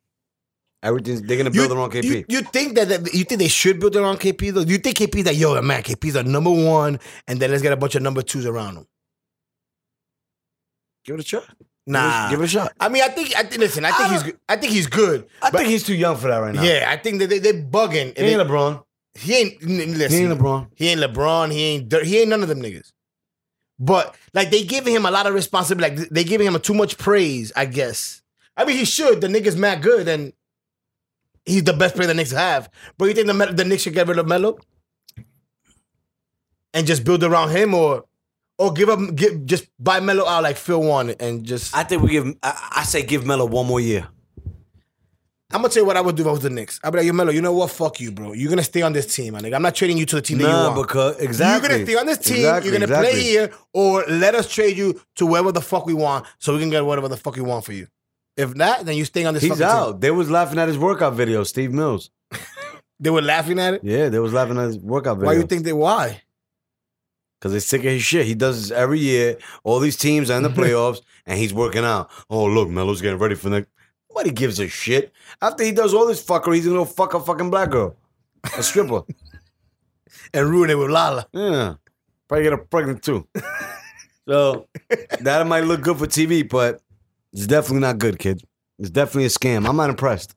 B: Everything's they're gonna build their own KP.
C: You, you think that, that you think they should build their own KP though? You think KP that yo man, KP's a number one, and then let's get a bunch of number twos around them.
D: Give it a shot.
C: Nah,
D: Give it a shot.
C: I mean, I think I think listen, I think he's good. I think he's good.
D: I
C: but-
D: think he's too young for that right now.
C: yeah, I think that they they bugging.
D: He ain't LeBron.
C: he ain't n- listen.
D: He ain't LeBron.
C: He ain't LeBron. He ain't Dirk. He ain't none of them niggas. But like they giving him a lot of responsibility. Like they giving him too much praise. I guess. I mean, he should. The nigga's mad good, and he's the best player the Knicks have. But you think the Mel- the Knicks should get rid of Melo and just build around him, or or give up, give, just buy Melo out like Phil wanted, and just I,
B: I think we give. I, I say give Melo one more year.
C: am gonna tell you what I would do if I was the Knicks. I'd be like, Yo, Melo, you know what? Fuck you, bro. You're gonna stay on this team, my nigga. I'm not trading you to the team that you
B: Nah,
C: want.
B: because
C: You're
B: exactly.
C: gonna stay on this team.
D: Exactly,
C: you're gonna play
D: exactly.
C: here, or let us trade you to wherever the fuck we want, so we can get whatever the fuck we want for you. If not, then you stay on this.
D: He's
C: fucking
D: out.
C: Team.
D: They was laughing at his workout video, Steve Mills.
C: They were laughing at it.
D: Yeah, they was laughing at his workout video.
C: Why you think they? Why?
B: Cause they're sick of his shit. He does this every year. All these teams are in the playoffs, and he's working out. Oh look, Melo's getting ready for the. Nobody gives a shit. After he does all this fuckery, he's gonna go fuck a fucking black girl, a stripper.
C: And ruin it with Lala.
D: Yeah. Probably get her pregnant too. so that might look good for TV, but it's definitely not good, kid. It's definitely a scam. I'm not impressed.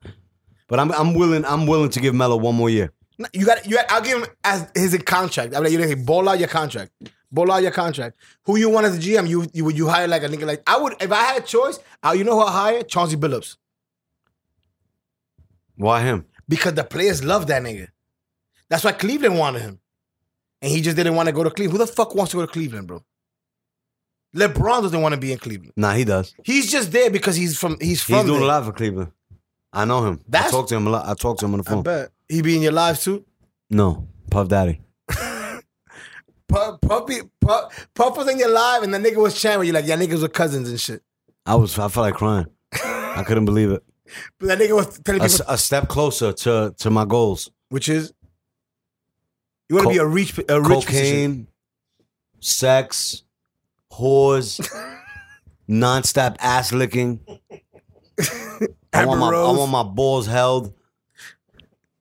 D: But I'm I'm willing I'm willing to give Melo one more year.
C: No, You got. You. Got, I'll give him as his contract. I'm like, you know, hey, ball out your contract. Ball out your contract. Who you want as a GM? You you would you hire like a nigga like I would if I had a choice. I, you know who I hire? Chauncey Billups
D: Why him?
C: because the players love that nigga. That's why Cleveland wanted him. And he just didn't want to go to Cleveland. Who the fuck wants to go to Cleveland, bro? LeBron doesn't want to be in Cleveland.
D: Nah, he does.
C: He's just there because he's from he's from
D: He's doing
C: there.
D: a lot for Cleveland. I know him.
C: That's-
D: I talk to him a lot. I talk to him on the
C: I
D: phone.
C: bet. He be in your lives too.
D: No. Puff Daddy.
C: Puff, Puffy, Puff, Puff was in your live and the nigga was chatting with you like, yeah, niggas were cousins and shit.
D: I was I felt like crying. I couldn't believe it.
C: But that nigga was telling
D: A, s-
C: people,
D: a step closer to to my goals.
C: which is you want to
D: Co-
C: be a rich, a rich position.
D: cocaine, sex, whores, nonstop ass licking. I want, my, I
C: Amber
D: want my balls held.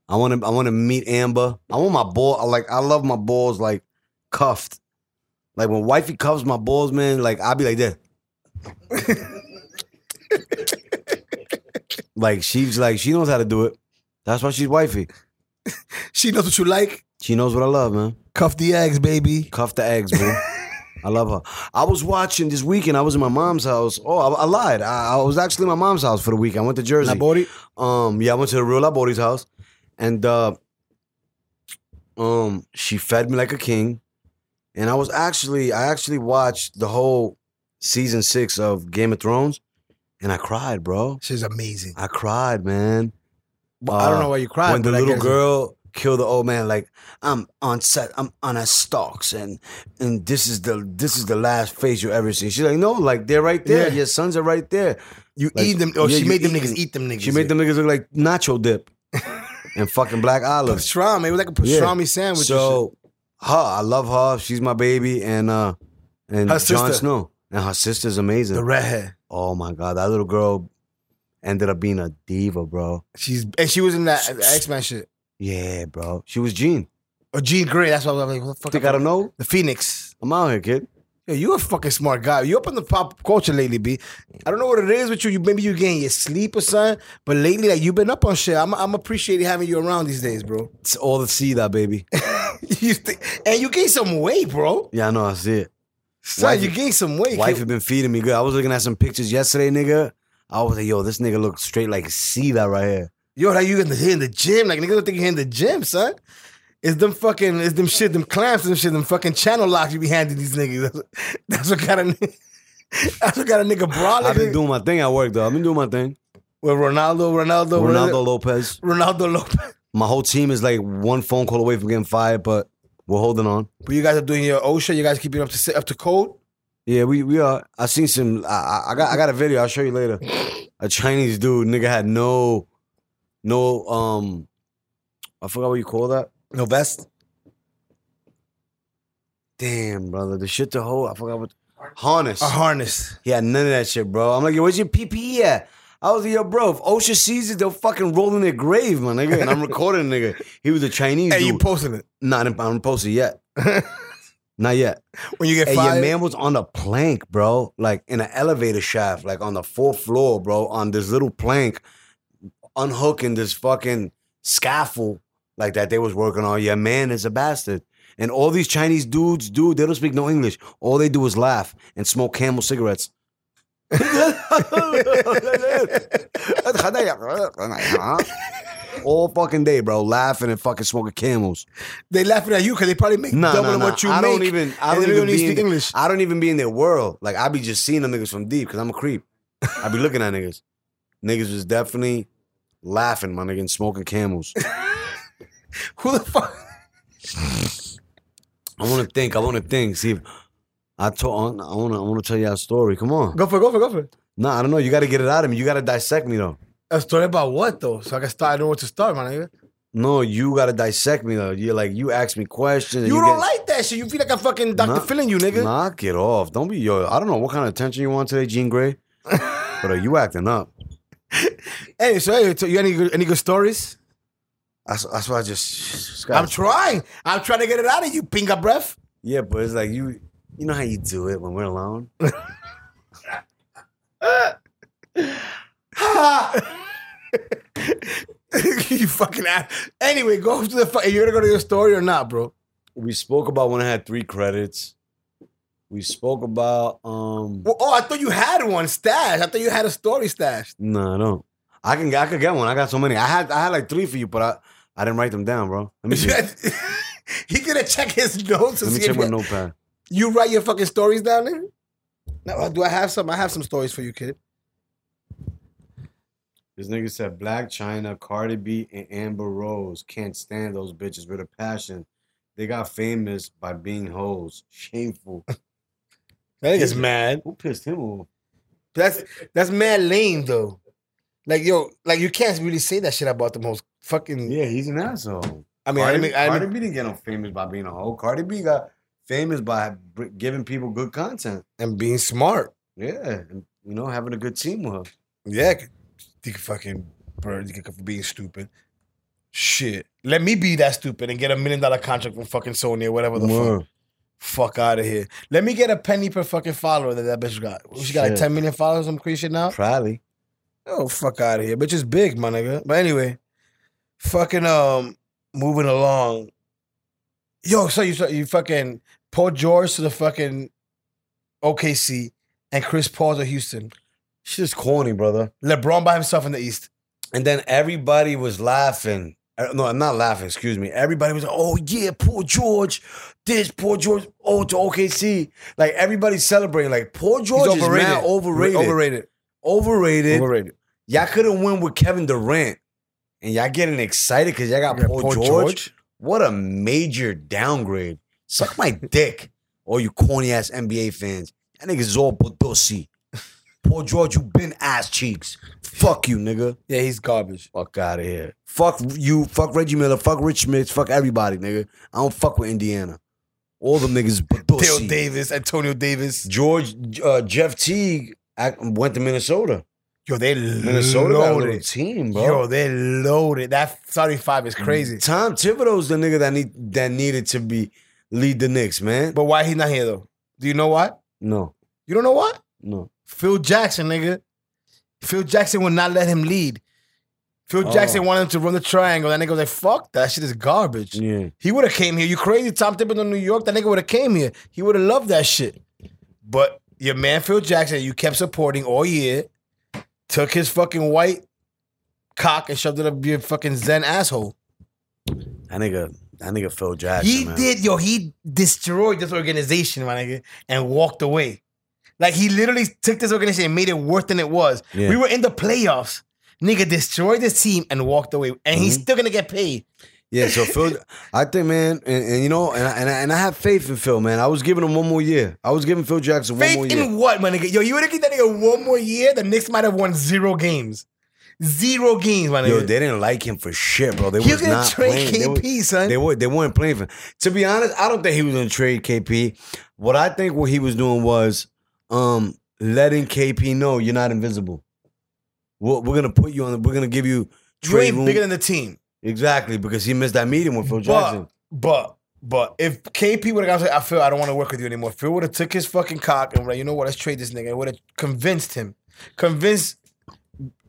D: I want to. I want to meet Amber. I want my ball. I like. I love my balls like cuffed. Like when wifey cuffs my balls, man. Like I'll be like this. like she's like she knows how to do it. That's why she's wifey.
C: She knows what you like.
D: She knows what I love, man.
C: Cuff the eggs, baby.
D: Cuff the eggs, bro. I love her. I was watching this weekend. I was in my mom's house. Oh, I, I lied. I, I was actually in my mom's house for the weekend. I went to Jersey.
C: Labori.
D: Um, yeah, I went to the real Labori's house, and uh, um, she fed me like a king, and I was actually I actually watched the whole season six of Game of Thrones, and I cried, bro.
C: She's amazing.
D: I cried, man.
C: I don't
D: Uh,
C: know why you cried.
D: when the
C: but I
D: little
C: guess-
D: girl killed the old man, like I'm on set, I'm on a stalks, and and this is the this is the last face you ever see. She's like, no, like they're right there.
C: Yeah.
D: Your sons are right there.
C: You
D: Like,
C: eat them. Oh,
D: yeah,
C: she
D: you
C: made them
D: eat
C: niggas
D: them.
C: eat them niggas.
D: She made them niggas look like nacho dip and fucking black olives.
C: pastrami. It was like a pastrami sandwich. and
D: So her, I love her. She's my baby, and uh, and
C: Her
D: Jon
C: sister.
D: Snow, and her sister's
C: shit.
D: amazing.
C: the red hair.
D: oh my god, that little girl ended up being a diva, bro.
C: She's and she was in that X Men shit.
D: Yeah, bro. She was Jean.
C: Or Jean Grey. That's why I was like, what the fuck?
D: Think I don't know?
C: the Phoenix.
D: I'm out here, kid.
C: Yo, you a fucking smart guy. You up in the pop culture lately, B. I don't know what it is with you. You maybe you getting your sleep or something. But lately, like you've been up on shit. I'm I'm appreciating having you around these days, bro.
D: It's all the see that baby.
C: you th- and you gained some weight, bro.
D: Yeah, I know. I see it.
C: Son,
D: Wife-
C: you gained some weight.
D: Wife
C: kid.
D: has been feeding me good. I was looking at some pictures yesterday, nigga. I was like, yo, this nigga looks straight like see that right here.
C: Yo, how you in the, here in the gym? Like niggas don't think you're in the gym, son. It's them fucking, it's them shit, them clamps, them shit, them fucking channel locks you be handing these niggas. That's what kind of, that's what kind of nigga brawling.
D: I've been doing my thing at work though. I've been doing my thing.
C: with Ronaldo, Ronaldo,
D: Ronaldo
C: Ronaldo,
D: Lopez.
C: Ronaldo Lopez.
D: My whole team is like one phone call away from getting fired, but we're holding on.
C: But you guys are doing your OSHA. You guys keeping up to up to code.
D: Yeah, we we are. I seen some. I- I, I got I got a video. I'll show you later. A Chinese dude, nigga had no, no um, I forgot what you call that.
C: No vest.
D: Damn, brother, the shit to hold. I forgot what harness.
C: A harness.
D: He had none of that shit, bro. I'm like, yo, where's your PPE E at? I was like, yo, bro, if OSHA sees it, they'll fucking roll in their grave, my nigga. And I'm recording, nigga. He was a Chinese
C: Hey,
D: dude.
C: you posting it
D: Not, I haven't posted yet. Not yet.
C: when you get
D: Hey,
C: fired?
D: your man was on a plank, bro, like in an elevator shaft, like on the fourth floor, bro, on this little plank, unhooking this fucking scaffold like that they was working on. Your man is a bastard. And all these Chinese dudes do, they don't speak no English. All they do is laugh and smoke camel cigarettes. all fucking day, bro, laughing and fucking smoking camels.
C: they laughing at you because they probably make
D: No,
C: double
D: no,
C: of
D: no.
C: what you
D: I
C: make.
D: don't even. I don't
C: and they
D: even
C: don't
D: be
C: speak
D: in,
C: English.
D: I don't even be in their world. Like I be just seeing them niggas from deep because I'm a creep. I be looking at niggas. Niggas was definitely laughing, my nigga, and smoking camels.
C: Who the fuck?
D: I want to think. I want to think. See, if I told. I want to. I want to tell y'all a story. Come on.
C: Go for it, go for it, go for it.
D: Nah, I don't know. You got to get it out of me. You got to dissect me though.
C: A story about what though? So I can start. I know what to start, my nigga.
D: No, you got to dissect me though. You're like you ask me questions. and
C: You don't
D: get-
C: like that shit. You feel like a fucking doctor
D: Nah.
C: feeling you, nigga.
D: Knock it off. Don't be yo. I don't know what kind of attention you want today, Gene Gray. but are you acting up?
C: Hey, so hey, so you any good, any good stories?
D: That's, that's why I just.
C: I'm trying. I'm trying to get it out of you, pinga breath.
D: Yeah, but it's like you you know how you do it when we're alone.
C: you fucking ass. Anyway, go to the. Fu- you're gonna go to your story or not, bro?
D: We spoke about when I had three credits. We spoke about um
C: Well, oh, I thought you had one stashed. I thought you had a story stashed.
D: no, I don't. I can I could get one. I got so many. I had I had like three for you, but I I didn't write them down, bro. Let me see. Let
C: he gonna check his notes and
D: me
C: see
D: check
C: if
D: my
C: you-
D: notepad.
C: you write your fucking stories down there. Now, do I have some? I have some stories for you, kid.
D: This nigga said Black China, Cardi B, and Amber Rose can't stand those bitches with a passion. They got famous by being hoes. Shameful.
C: That nigga's mad.
D: Who pissed him off?
C: That's that's mad lame though. Like yo, like you can't really say that shit about the most fucking.
D: Yeah, he's an asshole.
C: I mean, I
D: Cardi,
C: mean, I mean,
D: Cardi B didn't get no famous by being a hoe. Cardi B got famous by br- giving people good content.
C: and being smart.
D: Yeah, and, you know, having a good team with her.
C: Yeah, you can fucking bird. You can for being stupid. Shit, let me be that stupid and get a million dollar contract from fucking Sony or whatever the fuck. Fuck out of here. Let me get a penny per fucking follower that that bitch got. She got like
D: Shit.
C: 10 million followers. I'm crazy shit now.
D: Probably.
C: Oh, fuck out of here. Bitch is big, my nigga. But anyway, fucking um moving along. Yo, so you so you fucking Paul George to the fucking OKC and Chris Paul to Houston.
D: She's corny, brother.
C: LeBron by himself in the East.
D: And then everybody was laughing. Uh, No, I'm not laughing. Excuse me. Everybody was like, "Oh yeah, poor George, this poor George, oh to OKC." Like everybody's celebrating. Like poor George is mad overrated.
C: Overrated.
D: Overrated.
C: Overrated.
D: Y'all couldn't win with Kevin Durant, and y'all getting excited because y'all got
C: Yeah,
D: Paul,
C: Paul
D: George.
C: George.
D: What a major downgrade. Suck my dick, all you corny ass NBA fans. That nigga's all pussy. Paul George, you been ass cheeks. Fuck you, nigga.
C: Yeah, he's garbage.
D: Fuck out of here. Fuck you. Fuck Reggie Miller. Fuck Rich Smith. Fuck everybody, nigga. I don't fuck with Indiana. All them niggas
C: Dale
D: pussy.
C: Davis, Antonio Davis.
D: George, uh, Jeff Teague I went to Minnesota.
C: Yo, they
D: Minnesota got a little
C: loaded.
D: team, bro.
C: Yo, they loaded. That 35 is crazy.
D: Tom Thibodeau's the nigga that need that needed to be lead the Knicks, man.
C: But why he not here though? Do you know why?
D: no,
C: You don't know why?
D: no.
C: Phil Jackson, nigga. Phil Jackson would not let him lead. Phil
D: Oh.
C: Jackson wanted him to run the triangle. That nigga was like, fuck, that shit is garbage.
D: Yeah.
C: He would have came here. You crazy, Tom Thibodeau, New York. That nigga would have came here. He would have loved that shit. But your man Phil Jackson, you kept supporting all year, took his fucking white cock and shoved it up your fucking Zen asshole.
D: That nigga, that nigga Phil Jackson.
C: He
D: man.
C: did, yo. He destroyed this organization, my nigga, and walked away. Like he literally took this organization and made it worse than it was.
D: Yeah.
C: We were in the playoffs. Nigga destroyed this team and walked away, and he's
D: Mm-hmm.
C: still gonna get paid.
D: Yeah, so Phil, I think, man, and, and you know, and I, and, I, and I have faith in Phil, man. I was giving him one more year. I was giving Phil Jackson one more
C: Faith
D: year.
C: in what, my nigga? Yo, you would have give that nigga one more year. The Knicks might have won zero games, zero games, my nigga.
D: Yo, they didn't like him for shit, bro. They
C: he was
D: was
C: gonna
D: not
C: trade
D: playing. They were-
C: KP, son.
D: They were they weren't playing for. To be honest, I don't think he was gonna trade KP. What I think what he was doing was um letting KP know you're not invisible. we're, we're gonna put you on. The, we're gonna give you
C: You
D: trade
C: ain't
D: room.
C: bigger than the team.
D: exactly because he missed that meeting with Phil Jackson.
C: But, but, but if KP would have got, I feel I don't want to work with you anymore. Phil would have took his fucking cock and like, you know what? Let's trade this nigga. Would have convinced him, convinced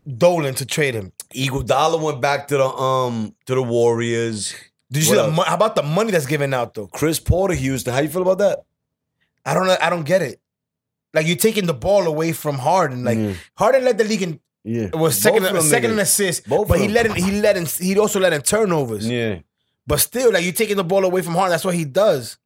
C: Dolan to trade him.
D: Iguodala went back to the um to the Warriors.
C: Did you
D: What
C: see the
D: else?
C: mon- how about the money that's given out though?
D: Chris Paul to Houston. How you feel about that?
C: I don't know. I don't get it. Like you're taking the ball away from Harden. Like Harden led the league in
D: Yeah,
C: was second
D: Mm-hmm. Both of them
C: second in
D: niggas.
C: assists,
D: Both of
C: but he
D: them.
C: let in he let in he also let in turnovers.
D: Yeah,
C: But still, like you're taking the ball away from Harden. That's what he does.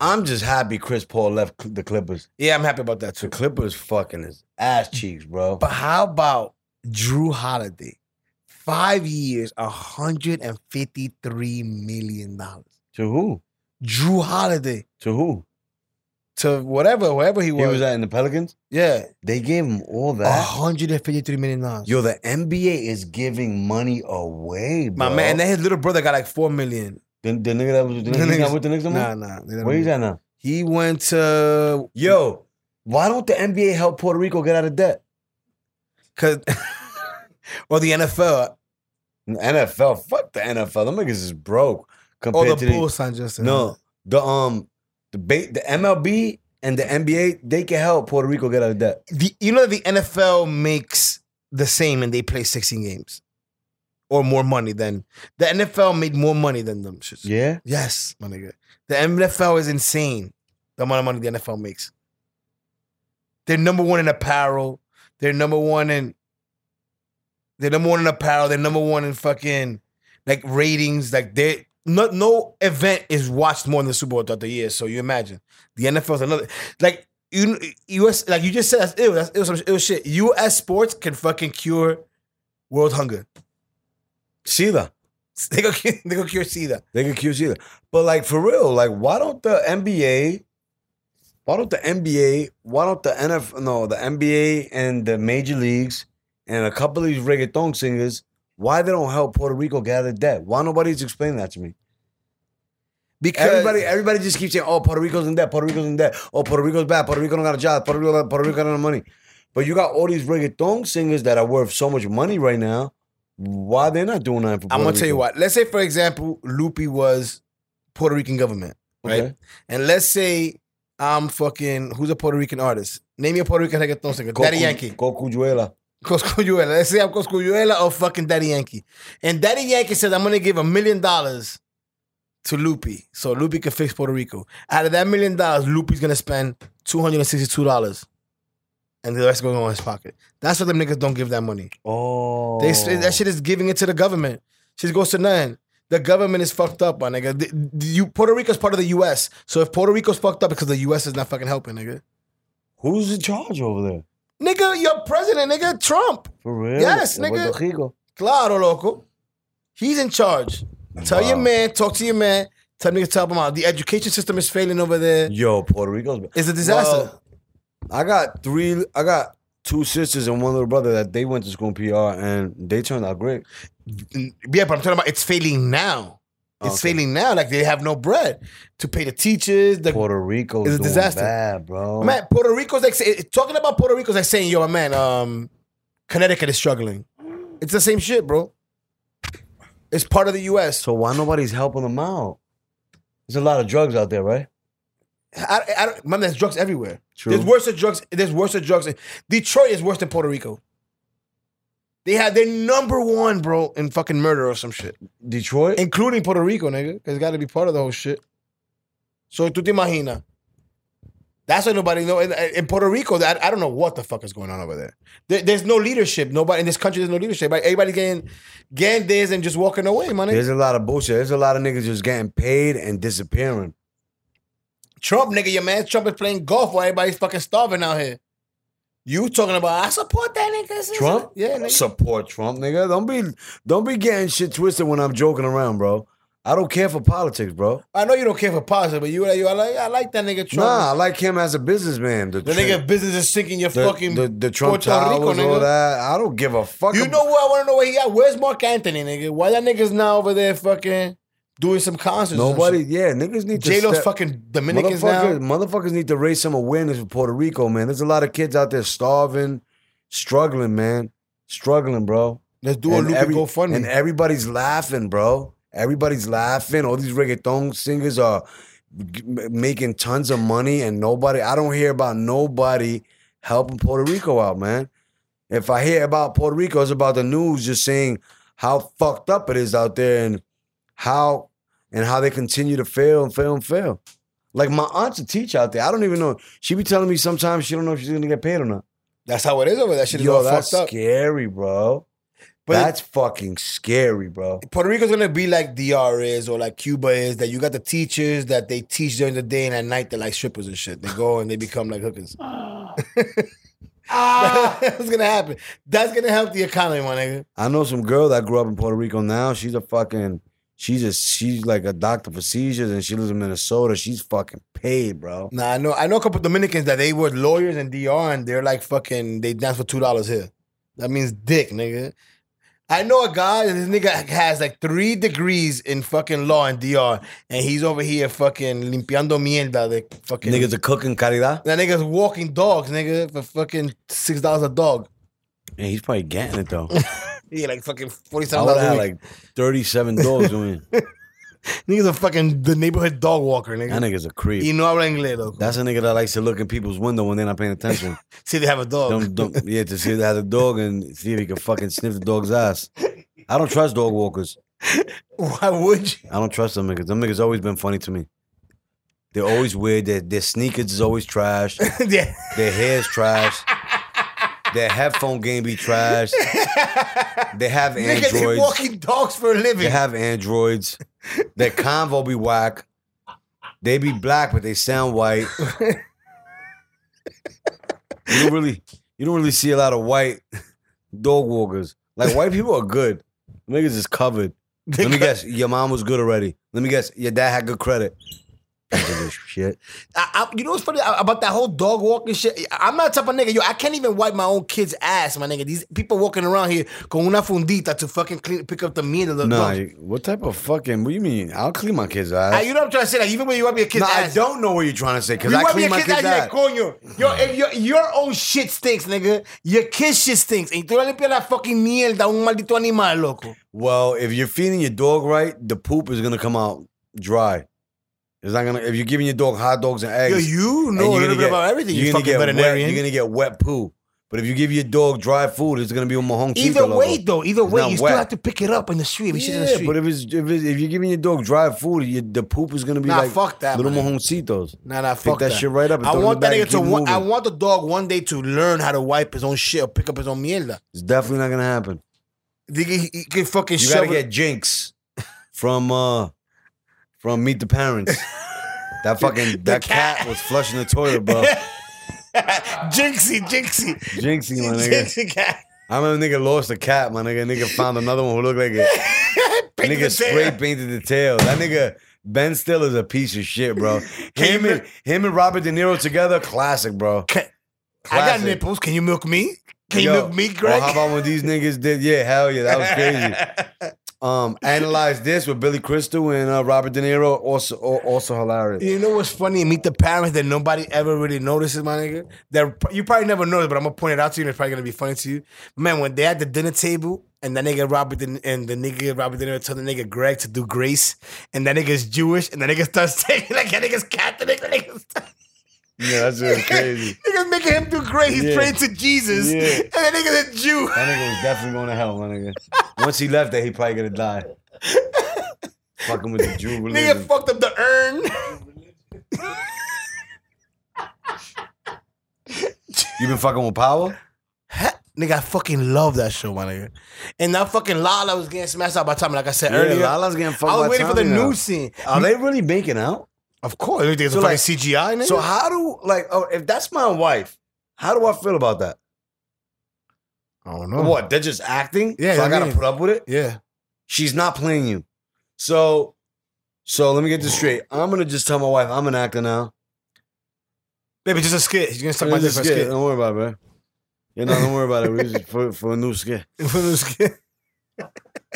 D: I'm just happy Chris Paul left Cl- the Clippers.
C: Yeah, I'm happy about that
D: The
C: too.
D: Clippers fucking his ass cheeks, bro.
C: But how about Drew Holiday? Five years, hundred and fifty-three million dollars.
D: To who?
C: Drew Holiday
D: To who?
C: to whatever, wherever he
D: He
C: was.
D: was at in the Pelicans.
C: yeah,
D: They gave him all that.
C: hundred and fifty-three million dollars.
D: Yo, the NBA is giving money away,
C: My
D: bro.
C: man, and then his little brother got like four million.
D: the, the nigga that was the nigga, he's not with the Knicks no more?
C: Nah, nah. they
D: Where
C: don't know.
D: he's at now?
C: He went to
D: Yo, why don't the NBA help Puerto Rico get out of debt?
C: cause or the NFL
D: The NFL, fuck the NFL. Them niggas is broke
C: or
D: compared
C: the
D: to
C: Bulls signed Justin.
D: No, the um, the ba- the MLB and the NBA, they can help Puerto Rico get out of debt.
C: the you know the NFL makes the same and they play 16 games or more money than the NFL made more money than them. shits.
D: Yeah,
C: Yes, my nigga. The NFL is insane. The amount of money the NFL makes. They're number one in apparel. They're number one in. They're number one in apparel. They're number one in fucking like ratings. Like they no no event is watched more than the Super Bowl throughout the year. So you imagine the NFL's another like you U.S. like you just said that's ill. That's ill. Some ill shit. U.S. sports can fucking cure world hunger.
D: Sheila,
C: They go they go cure SIDA.
D: they can cure Sheila. But like for real, like why don't the NBA? Why don't the NBA? Why don't the NFL? No, the NBA and the major leagues and a couple of these reggaeton singers. Why they don't help Puerto Rico get out of debt? Why nobody's explaining that to me?
C: Because
D: Everybody, everybody just keeps saying, "Oh, Puerto Rico's in debt. Puerto Rico's in debt. Oh, Puerto Rico's bad. Puerto Rico don't got a job. Puerto Rico, Puerto Rico don't have money." But you got all these reggaeton singers that are worth so much money right now. Why they're not doing that? For
C: I'm
D: Puerto
C: gonna tell you
D: Rico?
C: what. Let's say, for example, Loopy was Puerto Rican government, right?
D: Okay.
C: And let's say I'm fucking who's a Puerto Rican artist? Name me a Puerto Rican reggaeton singer.
D: Coco-
C: Daddy Yankee,
D: Cocuyuela.
C: Coscuyuela. Let's say I'm Coscuyuela or fucking Daddy Yankee. And Daddy Yankee says I'm gonna give a million dollars to Loopy, so Loopy can fix Puerto Rico. Out of that million dollars, Loopy's gonna spend two hundred and sixty-two dollars, and the rest gonna go in his pocket. That's why them niggas don't give that money.
D: Oh,
C: They say that shit is giving it to the government. Shit goes to none. The government is fucked up, my nigga. The- the- you Puerto Rico's part of the U.S. So if Puerto Rico's fucked up because the U.S. is not fucking helping, nigga.
D: Who's in charge over there?
C: Nigga, your president, nigga, Trump.
D: For real?
C: Yes,
D: In
C: nigga.
D: Puerto Rico.
C: Claro, loco. He's in charge. Tell your
D: Wow.
C: man, talk to your man. Tell niggas, tell him out. The education system is failing over there.
D: Yo, Puerto Rico's. bad.
C: It's a disaster.
D: Well, I got three. I got two sisters and one little brother that they went to school in PR and they turned out great.
C: yeah, but I'm talking about it's failing now. It's
D: Okay.
C: failing now. Like they have no bread to pay the teachers, the
D: Puerto Rico
C: It's a
D: is doing
C: disaster.
D: bad, bro.
C: Man, Puerto Rico's like say- talking about Puerto Rico's like saying, "Yo, man, um, Connecticut is struggling." It's the same shit, bro. It's part of the U.S.
D: So why nobody's helping them out? There's a lot of drugs out there, right?
C: I, I don't, man, there's drugs everywhere.
D: True.
C: There's worse of drugs. There's worse of drugs. Detroit is worse than Puerto Rico. They had their number one, bro, in fucking murder or some shit,
D: Detroit.
C: including Puerto Rico, nigga. Because it's got to be part of the whole shit. So tú te imaginas? That's why nobody know in, in Puerto Rico. I, I don't know what the fuck is going on over there. There- There's no leadership. Nobody in this country. There's no leadership. Everybody getting getting this and just walking away, man.
D: There's a lot of bullshit. There's a lot of niggas just getting paid and disappearing.
C: Trump, nigga, your man Trump is playing golf while everybody's fucking starving out here. You talking about I support that nigga?
D: Trump?
C: yeah, nigga.
D: Support Trump, nigga. Don't be don't be getting shit twisted when I'm joking around, bro. I don't care for politics, bro.
C: I know you don't care for politics, but you like you, I like I like that nigga Trump.
D: Nah, I like him as a businessman. The,
C: the
D: Trump-
C: nigga business is sinking your
D: the,
C: fucking
D: the, the Trump
C: Puerto Rico,
D: towers, all
C: nigga.
D: that. I don't give a fuck.
C: You
D: ab-
C: know what? I want to know where he at. Where's Mark Anthony, nigga? Why that nigga's now over there fucking doing some concerts?
D: nobody. Yeah, niggas need to.
C: J Lo's
D: step-
C: fucking Dominicans
D: Motherfuckers,
C: now.
D: motherfuckers need to raise some awareness for Puerto Rico, man. There's a lot of kids out there starving, struggling, man. struggling, bro.
C: Let's do a loop
D: every-
C: and GoFundMe.
D: and everybody's laughing, bro. Everybody's laughing. All these reggaeton singers are g- m- making tons of money, and nobody. I don't hear about nobody helping Puerto Rico out, man. If I hear about Puerto Rico, it's about the news just saying how fucked up it is out there, and how and how they continue to fail and fail and fail. Like my aunt's a teacher out there. I don't even know. She be telling me sometimes she don't know if she's gonna get paid or not.
C: that's how it is over there. That shit is
D: Yo,
C: all
D: that's
C: fucked up.
D: scary, bro.
C: But-
D: that's fucking scary, bro.
C: Puerto Rico's gonna be like DR is or like Cuba is that you got the teachers that they teach during the day and at night they're like strippers and shit. They go and they become like hookers. That's gonna happen. That's gonna help the economy, my nigga.
D: I know some girl that grew up in Puerto Rico now. She's a fucking, she's a, she's like a doctor for seizures and she lives in Minnesota. She's fucking paid, bro.
C: Nah, I know I know a couple Dominicans that they were lawyers in DR and they're like fucking they dance for two dollars here. That means dick, nigga. I know a guy and this nigga has like three degrees in fucking law in DR and he's over here fucking limpiando mierda de fucking
D: Niggas are cooking caridad.
C: That nigga's walking dogs, nigga, for fucking six dollars a dog.
D: And he's probably getting it though.
C: Yeah, like fucking forty
D: I
C: seven
D: would
C: dollars.
D: have had like 37 dogs doing it.
C: niggas a fucking the neighborhood dog walker,
D: That
C: nigga.
D: nigga's a creep.
C: You know habla inglés, though.
D: That's a nigga that likes to look in people's window when they're not paying attention.
C: See, they have a dog.
D: Dumb, dumb, yeah, to see if they had a dog and see if he can fucking sniff the dog's ass. I don't trust dog walkers.
C: Why would you?
D: I don't trust them niggas. Them niggas always been funny to me. They're always weird. Their, their sneakers is always trash.
C: yeah.
D: Their hair's trash. Their headphone game be trash. They have
C: Nigga, they
D: androids.
C: walking dogs for a living.
D: They have androids. Their convo be whack. They be black, but they sound white. you don't really, you don't really see a lot of white dog walkers. Like white people are good. Niggas is covered. Let me guess. Your mom was good already. Let me guess. Your dad had good credit. Pieces of shit.
C: I, I, you know what's funny about that whole dog walking shit? I'm not the type of nigga, yo. I can't even wipe my own kid's ass, my nigga. These people walking around here con una fundita to fucking clean, pick up the meat of the
D: Nah,
C: dog.
D: what type of fucking? What do you mean? I'll clean my kids' eyes.
C: I, Ah, you know what I'm trying to say? Like, even when you wipe your kid's
D: no,
C: ass,
D: I don't know what you're trying to say because
C: You
D: I
C: wipe your
D: clean my
C: kids
D: kids'
C: out,
D: Mm.
C: you're like,
D: eyes.
C: coño. Yo, if your, your own shit stinks, nigga. Your kid's shit stinks. And tú le limpias la fucking mierda a un maldito animal, loco.
D: Well, if you're feeding your dog right, the poop is gonna come out dry. It's not gonna. If you're giving your dog hot dogs and eggs,
C: Yo, you
D: and
C: know a
D: you're
C: little
D: gonna
C: bit about everything. You
D: gonna
C: fucking
D: get
C: veterinarian.
D: Wet, you're gonna get wet poo. But if you give your dog dry food, it's gonna be a mahong.
C: either way, though, either
D: It's
C: way,
D: not
C: you still
D: wet.
C: have to pick it up in the street. If it's shit in the
D: Yeah,
C: street.
D: but if it's, if it's if you're giving your dog dry food, you, the poop is gonna be
C: Nah,
D: like
C: fuck that,
D: little
C: man.
D: mojoncitos.
C: Nah, nah,
D: Pick
C: fuck
D: that shit right up and
C: I
D: throw it in
C: want
D: the
C: that
D: bag and
C: nigga to.
D: keep
C: One, I
D: moving.
C: want the dog one day to learn how to wipe his own shit or pick up his own mierda.
D: It's definitely not gonna happen.
C: Nigga, he, he can fucking
D: You
C: shove
D: gotta
C: it.
D: get Jinx from uh from Meet the Parents. That fucking that cat.
C: cat.
D: was flushing the toilet, bro.
C: Jinxie, Jinxie,
D: Jinxie, my nigga.
C: Jinxie cat.
D: I remember nigga lost a cat, my nigga. Nigga found another one who looked like it.
C: Pick
D: nigga
C: the tail.
D: spray painted the tail. That nigga Ben Still is a piece of shit, bro. Him and him and Robert De Niro together, classic, bro.
C: Ca- I got
D: Classic.
C: nipples. Can you milk me? Can you
D: Yo,
C: milk me,
D: Or
C: Greg?
D: how about when these niggas did? Yeah, hell yeah, that was crazy. um, analyze this with Billy Crystal and uh, Robert De Niro, also al- also hilarious.
C: you know what's funny? Meet the parents that nobody ever really notices, my nigga. That you probably never noticed, but I'm gonna point it out to you. and It's probably gonna be funny to you, man. When they at the dinner table and that nigga Robert De- and the nigga Robert De Niro told the nigga Greg to do grace, and that nigga's Jewish, and that nigga starts taking like that nigga's Catholic, that nigga's.
D: Yeah, that's just crazy.
C: Niggas making him do great. He's
D: Yeah.
C: praying to Jesus,
D: Yeah.
C: and that nigga's a Jew.
D: That nigga was definitely going to hell, my nigga. Once he left that, he probably gonna die. Fucking with the Jew
C: Nigga
D: religion.
C: fucked up the urn.
D: You been fucking with power?
C: Nigga, I fucking love that show, my nigga. And that fucking Lala was getting smashed out by Tommy, like I said
D: Yeah,
C: earlier.
D: Lala's getting fucked
C: I was
D: by
C: waiting for the
D: Tommy now.
C: new scene.
D: Are they really making out?
C: Of course, everything's a
D: So,
C: fucking
D: like-
C: CGI, nigga.
D: So how do like oh, if that's my wife, how do I feel about that?
C: I don't know.
D: What they're just acting?
C: Yeah,
D: so I gotta
C: I mean-
D: put up with it.
C: Yeah.
D: She's not playing you. So, so let me get this straight. I'm gonna just tell my wife I'm an actor now.
C: Baby, just a skit. You're gonna talk about
D: This
C: this
D: is
C: for a
D: skit.
C: skit.
D: Don't worry about it, bro. You know, don't worry about it. We're just for, for a new skit.
C: For the skit.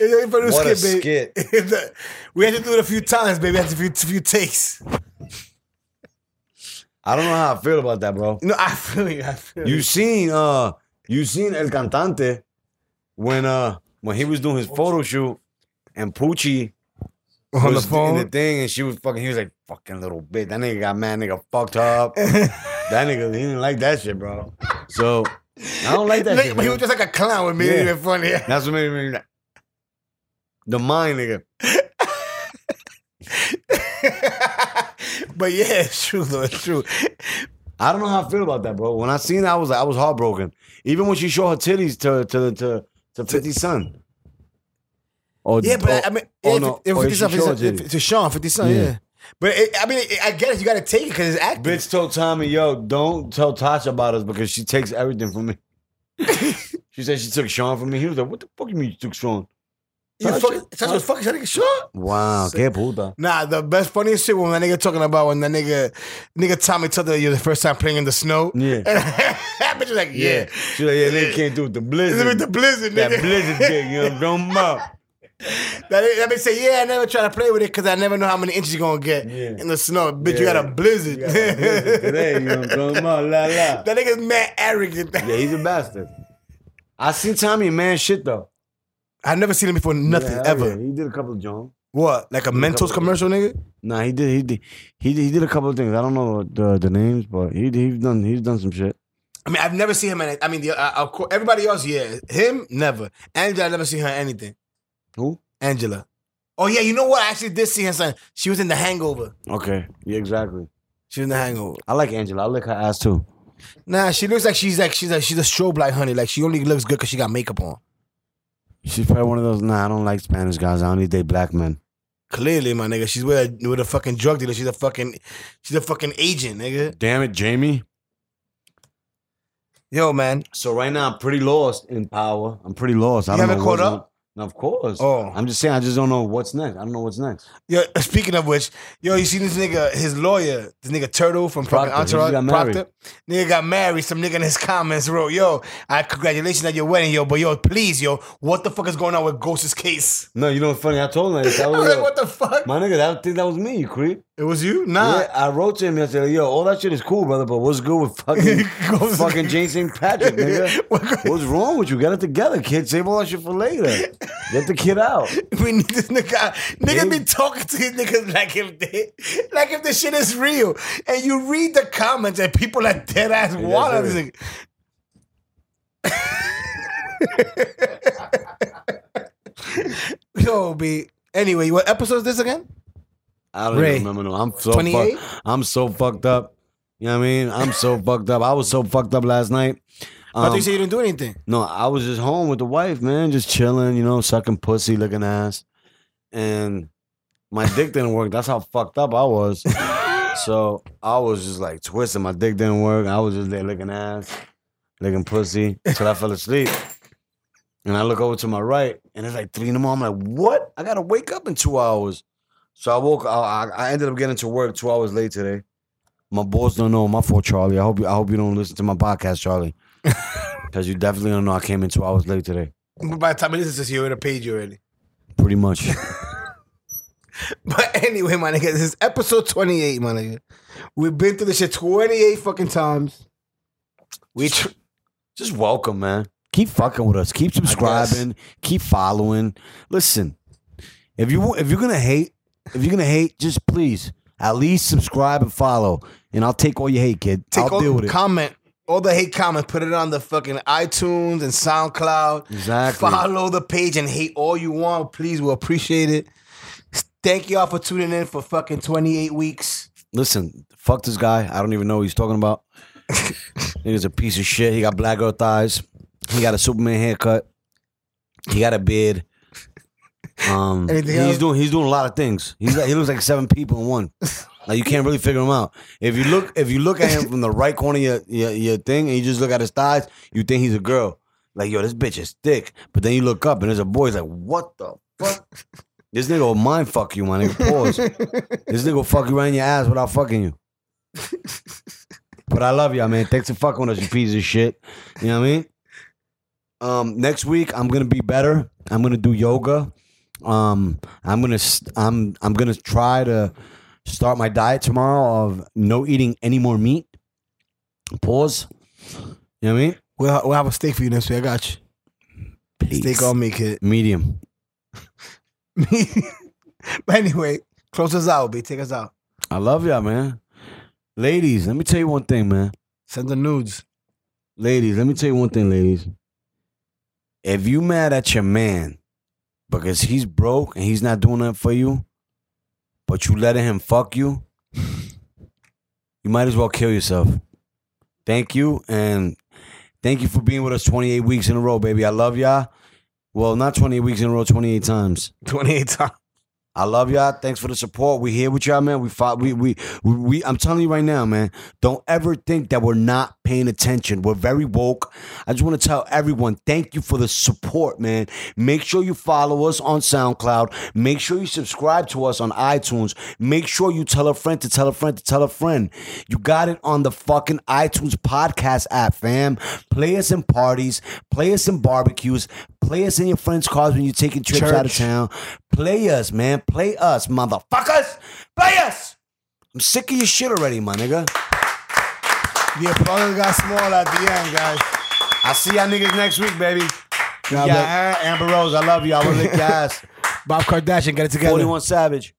C: It's for the
D: What a
C: skit, baby. we had to do it a few times, baby. That's a few, few takes.
D: I don't know how I feel about that, bro.
C: No, I feel you. I feel you.
D: You seen uh you seen El Cantante when uh when he was doing his photo shoot and Poochie
C: On
D: was
C: the
D: in the
C: phone.
D: thing and she was fucking he was like fucking little bitch. That nigga got mad nigga fucked up. that nigga he didn't like that shit, bro. So I don't like that
C: Like,
D: shit.
C: but he
D: man.
C: was just like a clown with me.
D: Yeah.
C: It was funny.
D: That's what made me the mind nigga.
C: but yeah, it's true though. It's true.
D: I don't know how I feel about that, bro. When I seen that, I was I was heartbroken. Even when she showed her titties to to to to 50 Cent. Or,
C: Yeah, but I- I mean,
D: oh,
C: if,
D: no,
C: if
D: or
C: 50
D: if
C: Cent,
D: she
C: 50
D: showed
C: Cent-
D: titties.
C: if- to Sean, 50 Cent, yeah.
D: Yeah.
C: But it, I mean, it, I get it. You got to take it because it's acting.
D: Bitch told Tommy, yo, don't tell Tasha about us because she takes everything from me. she said she took Sean from me. He was like, what the fuck you mean you took Sean?
C: You
D: Tasha-
C: fucking, Tasha was fucking that nigga Sean.
D: Wow, que puta.
C: Nah, the best funniest shit when that nigga talking about when that nigga nigga Tommy told her you're the first time playing in the snow.
D: Yeah.
C: that bitch was like, yeah.
D: She's like, yeah, they can't do it. The
C: This is with
D: blizzard.
C: the blizzard,
D: that
C: nigga.
D: blizzard thing, you know, don't mop.
C: That, that bitch say, yeah, I never try to play with it because I never know how many inches you gonna get
D: Yeah.
C: in the snow. Bitch, you
D: Yeah.
C: got a blizzard.
D: Today, you know, don't mop, la la.
C: that nigga's mad arrogant.
D: Yeah, he's a bastard. I seen Tommy in man shit though.
C: I never seen him before nothing
D: Yeah, hell
C: ever.
D: yeah. He did a couple of John.
C: What? Like a Mentos commercial, nigga?
D: Nah, he did. He did. He did. He did a couple of things. I don't know the the names, but he he's done he's done some shit.
C: I mean, I've never seen him in it. I mean, the, uh, of course, everybody else, yeah. Him, never. Angela, I never seen her in anything.
D: Who?
C: Angela. Oh, yeah, you know what? I actually did see her, son. She was in The Hangover.
D: Okay. Yeah, exactly.
C: She was in The Hangover.
D: I like Angela. I like her ass too.
C: Nah, she looks like she's like, she's a, she's a strobe light, honey. Like, she only looks good because she got makeup on.
D: She's probably one of those. Nah, I don't like Spanish guys. I only date black men.
C: Clearly, my nigga, she's with a, with a fucking drug dealer. She's a fucking, she's a fucking agent, nigga.
D: Damn it, Jamie.
C: Yo, man.
D: So right now I'm pretty lost in power. I'm pretty lost. I
C: You
D: don't
C: haven't
D: know
C: caught
D: what's
C: up?
D: on- Of course.
C: Oh.
D: I'm just saying. I just don't know what's next. I don't know what's next.
C: Yo, speaking of which, yo, you seen this nigga, his lawyer, this nigga Turtle from fucking
D: Proctor, he just
C: Entourage,
D: got married.
C: Proctor, nigga got married. Some nigga in his comments wrote, "Yo, I congratulations at your wedding, yo, but yo, please, yo, what the fuck is going on with Ghost's case?
D: No, you know what's funny? I told him that. that
C: I
D: was,
C: was like, what the fuck?
D: my nigga, I think that was me. You creep.
C: it was you? Nah,
D: Yeah, I wrote to him yesterday, yo, all that shit is cool, brother, but what's good with fucking
C: Goes-
D: fucking James St. Patrick, nigga? What's wrong with you? Get it together, kid. Save all that shit for later. Get the kid out.
C: we need this nigga. Nigga
D: Yeah.
C: be talking to these niggas like if they, like if this shit is real, and you read the comments and people are dead ass water.
D: that's
C: this
D: it.
C: nigga. Yo, B. Anyway, what episode is this again?
D: I don't
C: Ray,
D: even remember no. I'm so
C: 28?
D: fucked. I'm so fucked up. You know what I mean? I'm so fucked up. I was so fucked up last night.
C: I thought
D: Um,
C: you said you didn't do anything.
D: no, I was just home with the wife, man, just chilling, you know, sucking pussy, looking ass. And my dick didn't work. That's how fucked up I was. so I was just like twisting. My dick didn't work. I was just there looking ass, looking pussy, till I fell asleep. And I look over to my right, and it's like three in the morning. I'm like, what? I gotta wake up in two hours. So I woke. I, I- I ended up getting to work two hours late today. My boss don't know. My fault, Charlie. I hope you. I hope you don't listen to my podcast, Charlie, because you definitely don't know. I came in two hours late today.
C: By the time this is you would have paid you already.
D: Pretty much.
C: But anyway, my nigga, this is episode 28, my nigga. We've been through this shit 28 fucking times. We tr-
D: Just welcome, man. Keep fucking with us. Keep subscribing. Keep following. Listen, if you if you're gonna hate, if you're gonna hate, just please at least subscribe and follow. And I'll take all your hate, kid.
C: take
D: I'll
C: all
D: deal with it.
C: comment all the hate comments, put it on the fucking iTunes and SoundCloud.
D: Exactly.
C: Follow the page and hate all you want. Please, we'll appreciate it. Thank y'all for tuning in for fucking 28 weeks.
D: listen, fuck this guy. I don't even know what he's talking about. Nigga's a piece of shit. He got black girl thighs. He got a Superman haircut. He got a beard. Um,
C: Anything
D: he's
C: else?
D: doing he's doing a lot of things. He's like, he looks like seven people in one. Like you can't really figure him out. If you look if you look at him from the right corner of your, your your thing and you just look at his thighs, you think he's a girl. Like yo, this bitch is thick. But then you look up and there's a boy. He's like, what the fuck? This nigga will mind fuck you, my nigga. Pause. this nigga will fuck you right in your ass without fucking you. but I love y'all, man. Thanks for fucking with us, you piece of shit. You know what I mean? Um, next week I'm gonna be better. I'm gonna do yoga. Um, I'm gonna s- I'm I'm gonna try to start my diet tomorrow of no eating any more meat. Pause. You know what I mean?
C: We'll, we'll have a steak for you next week. I got you. Steak on me, kid.
D: medium.
C: but anyway, close us out, B. Take us out.
D: I love y'all, man. Ladies, let me tell you one thing, man.
C: Send the nudes.
D: Ladies, let me tell you one thing, ladies. If you mad at your man because he's broke and he's not doing nothing for you, but you letting him fuck you, you might as well kill yourself. Thank you, and thank you for being with us 28 weeks in a row, baby. I love y'all. Well, not 28 weeks in a row, 28 times.
C: 28 times.
D: I love y'all. Thanks for the support. We here with y'all, man. We fought. We, we we we. I'm telling you right now, man. Don't ever think that we're not paying attention. We're very woke. I just want to tell everyone, thank you for the support, man. Make sure you follow us on SoundCloud. Make sure you subscribe to us on iTunes. Make sure you tell a friend to tell a friend to tell a friend. You got it on the fucking iTunes podcast app, fam. Play us in parties. Play us in barbecues. Play us in your friends' cars when you're taking trips out of
C: Church.
D: town. Play us, man. Play us, motherfuckers. Play us. I'm sick of your shit already, my nigga.
C: The applause got small at the end, guys.
D: I'll see y'all niggas next week, baby.
C: God bless.
D: Yeah, Amber Rose, I love you. I will lick your ass.
C: Bob Kardashian, get it together.
D: 41 Savage.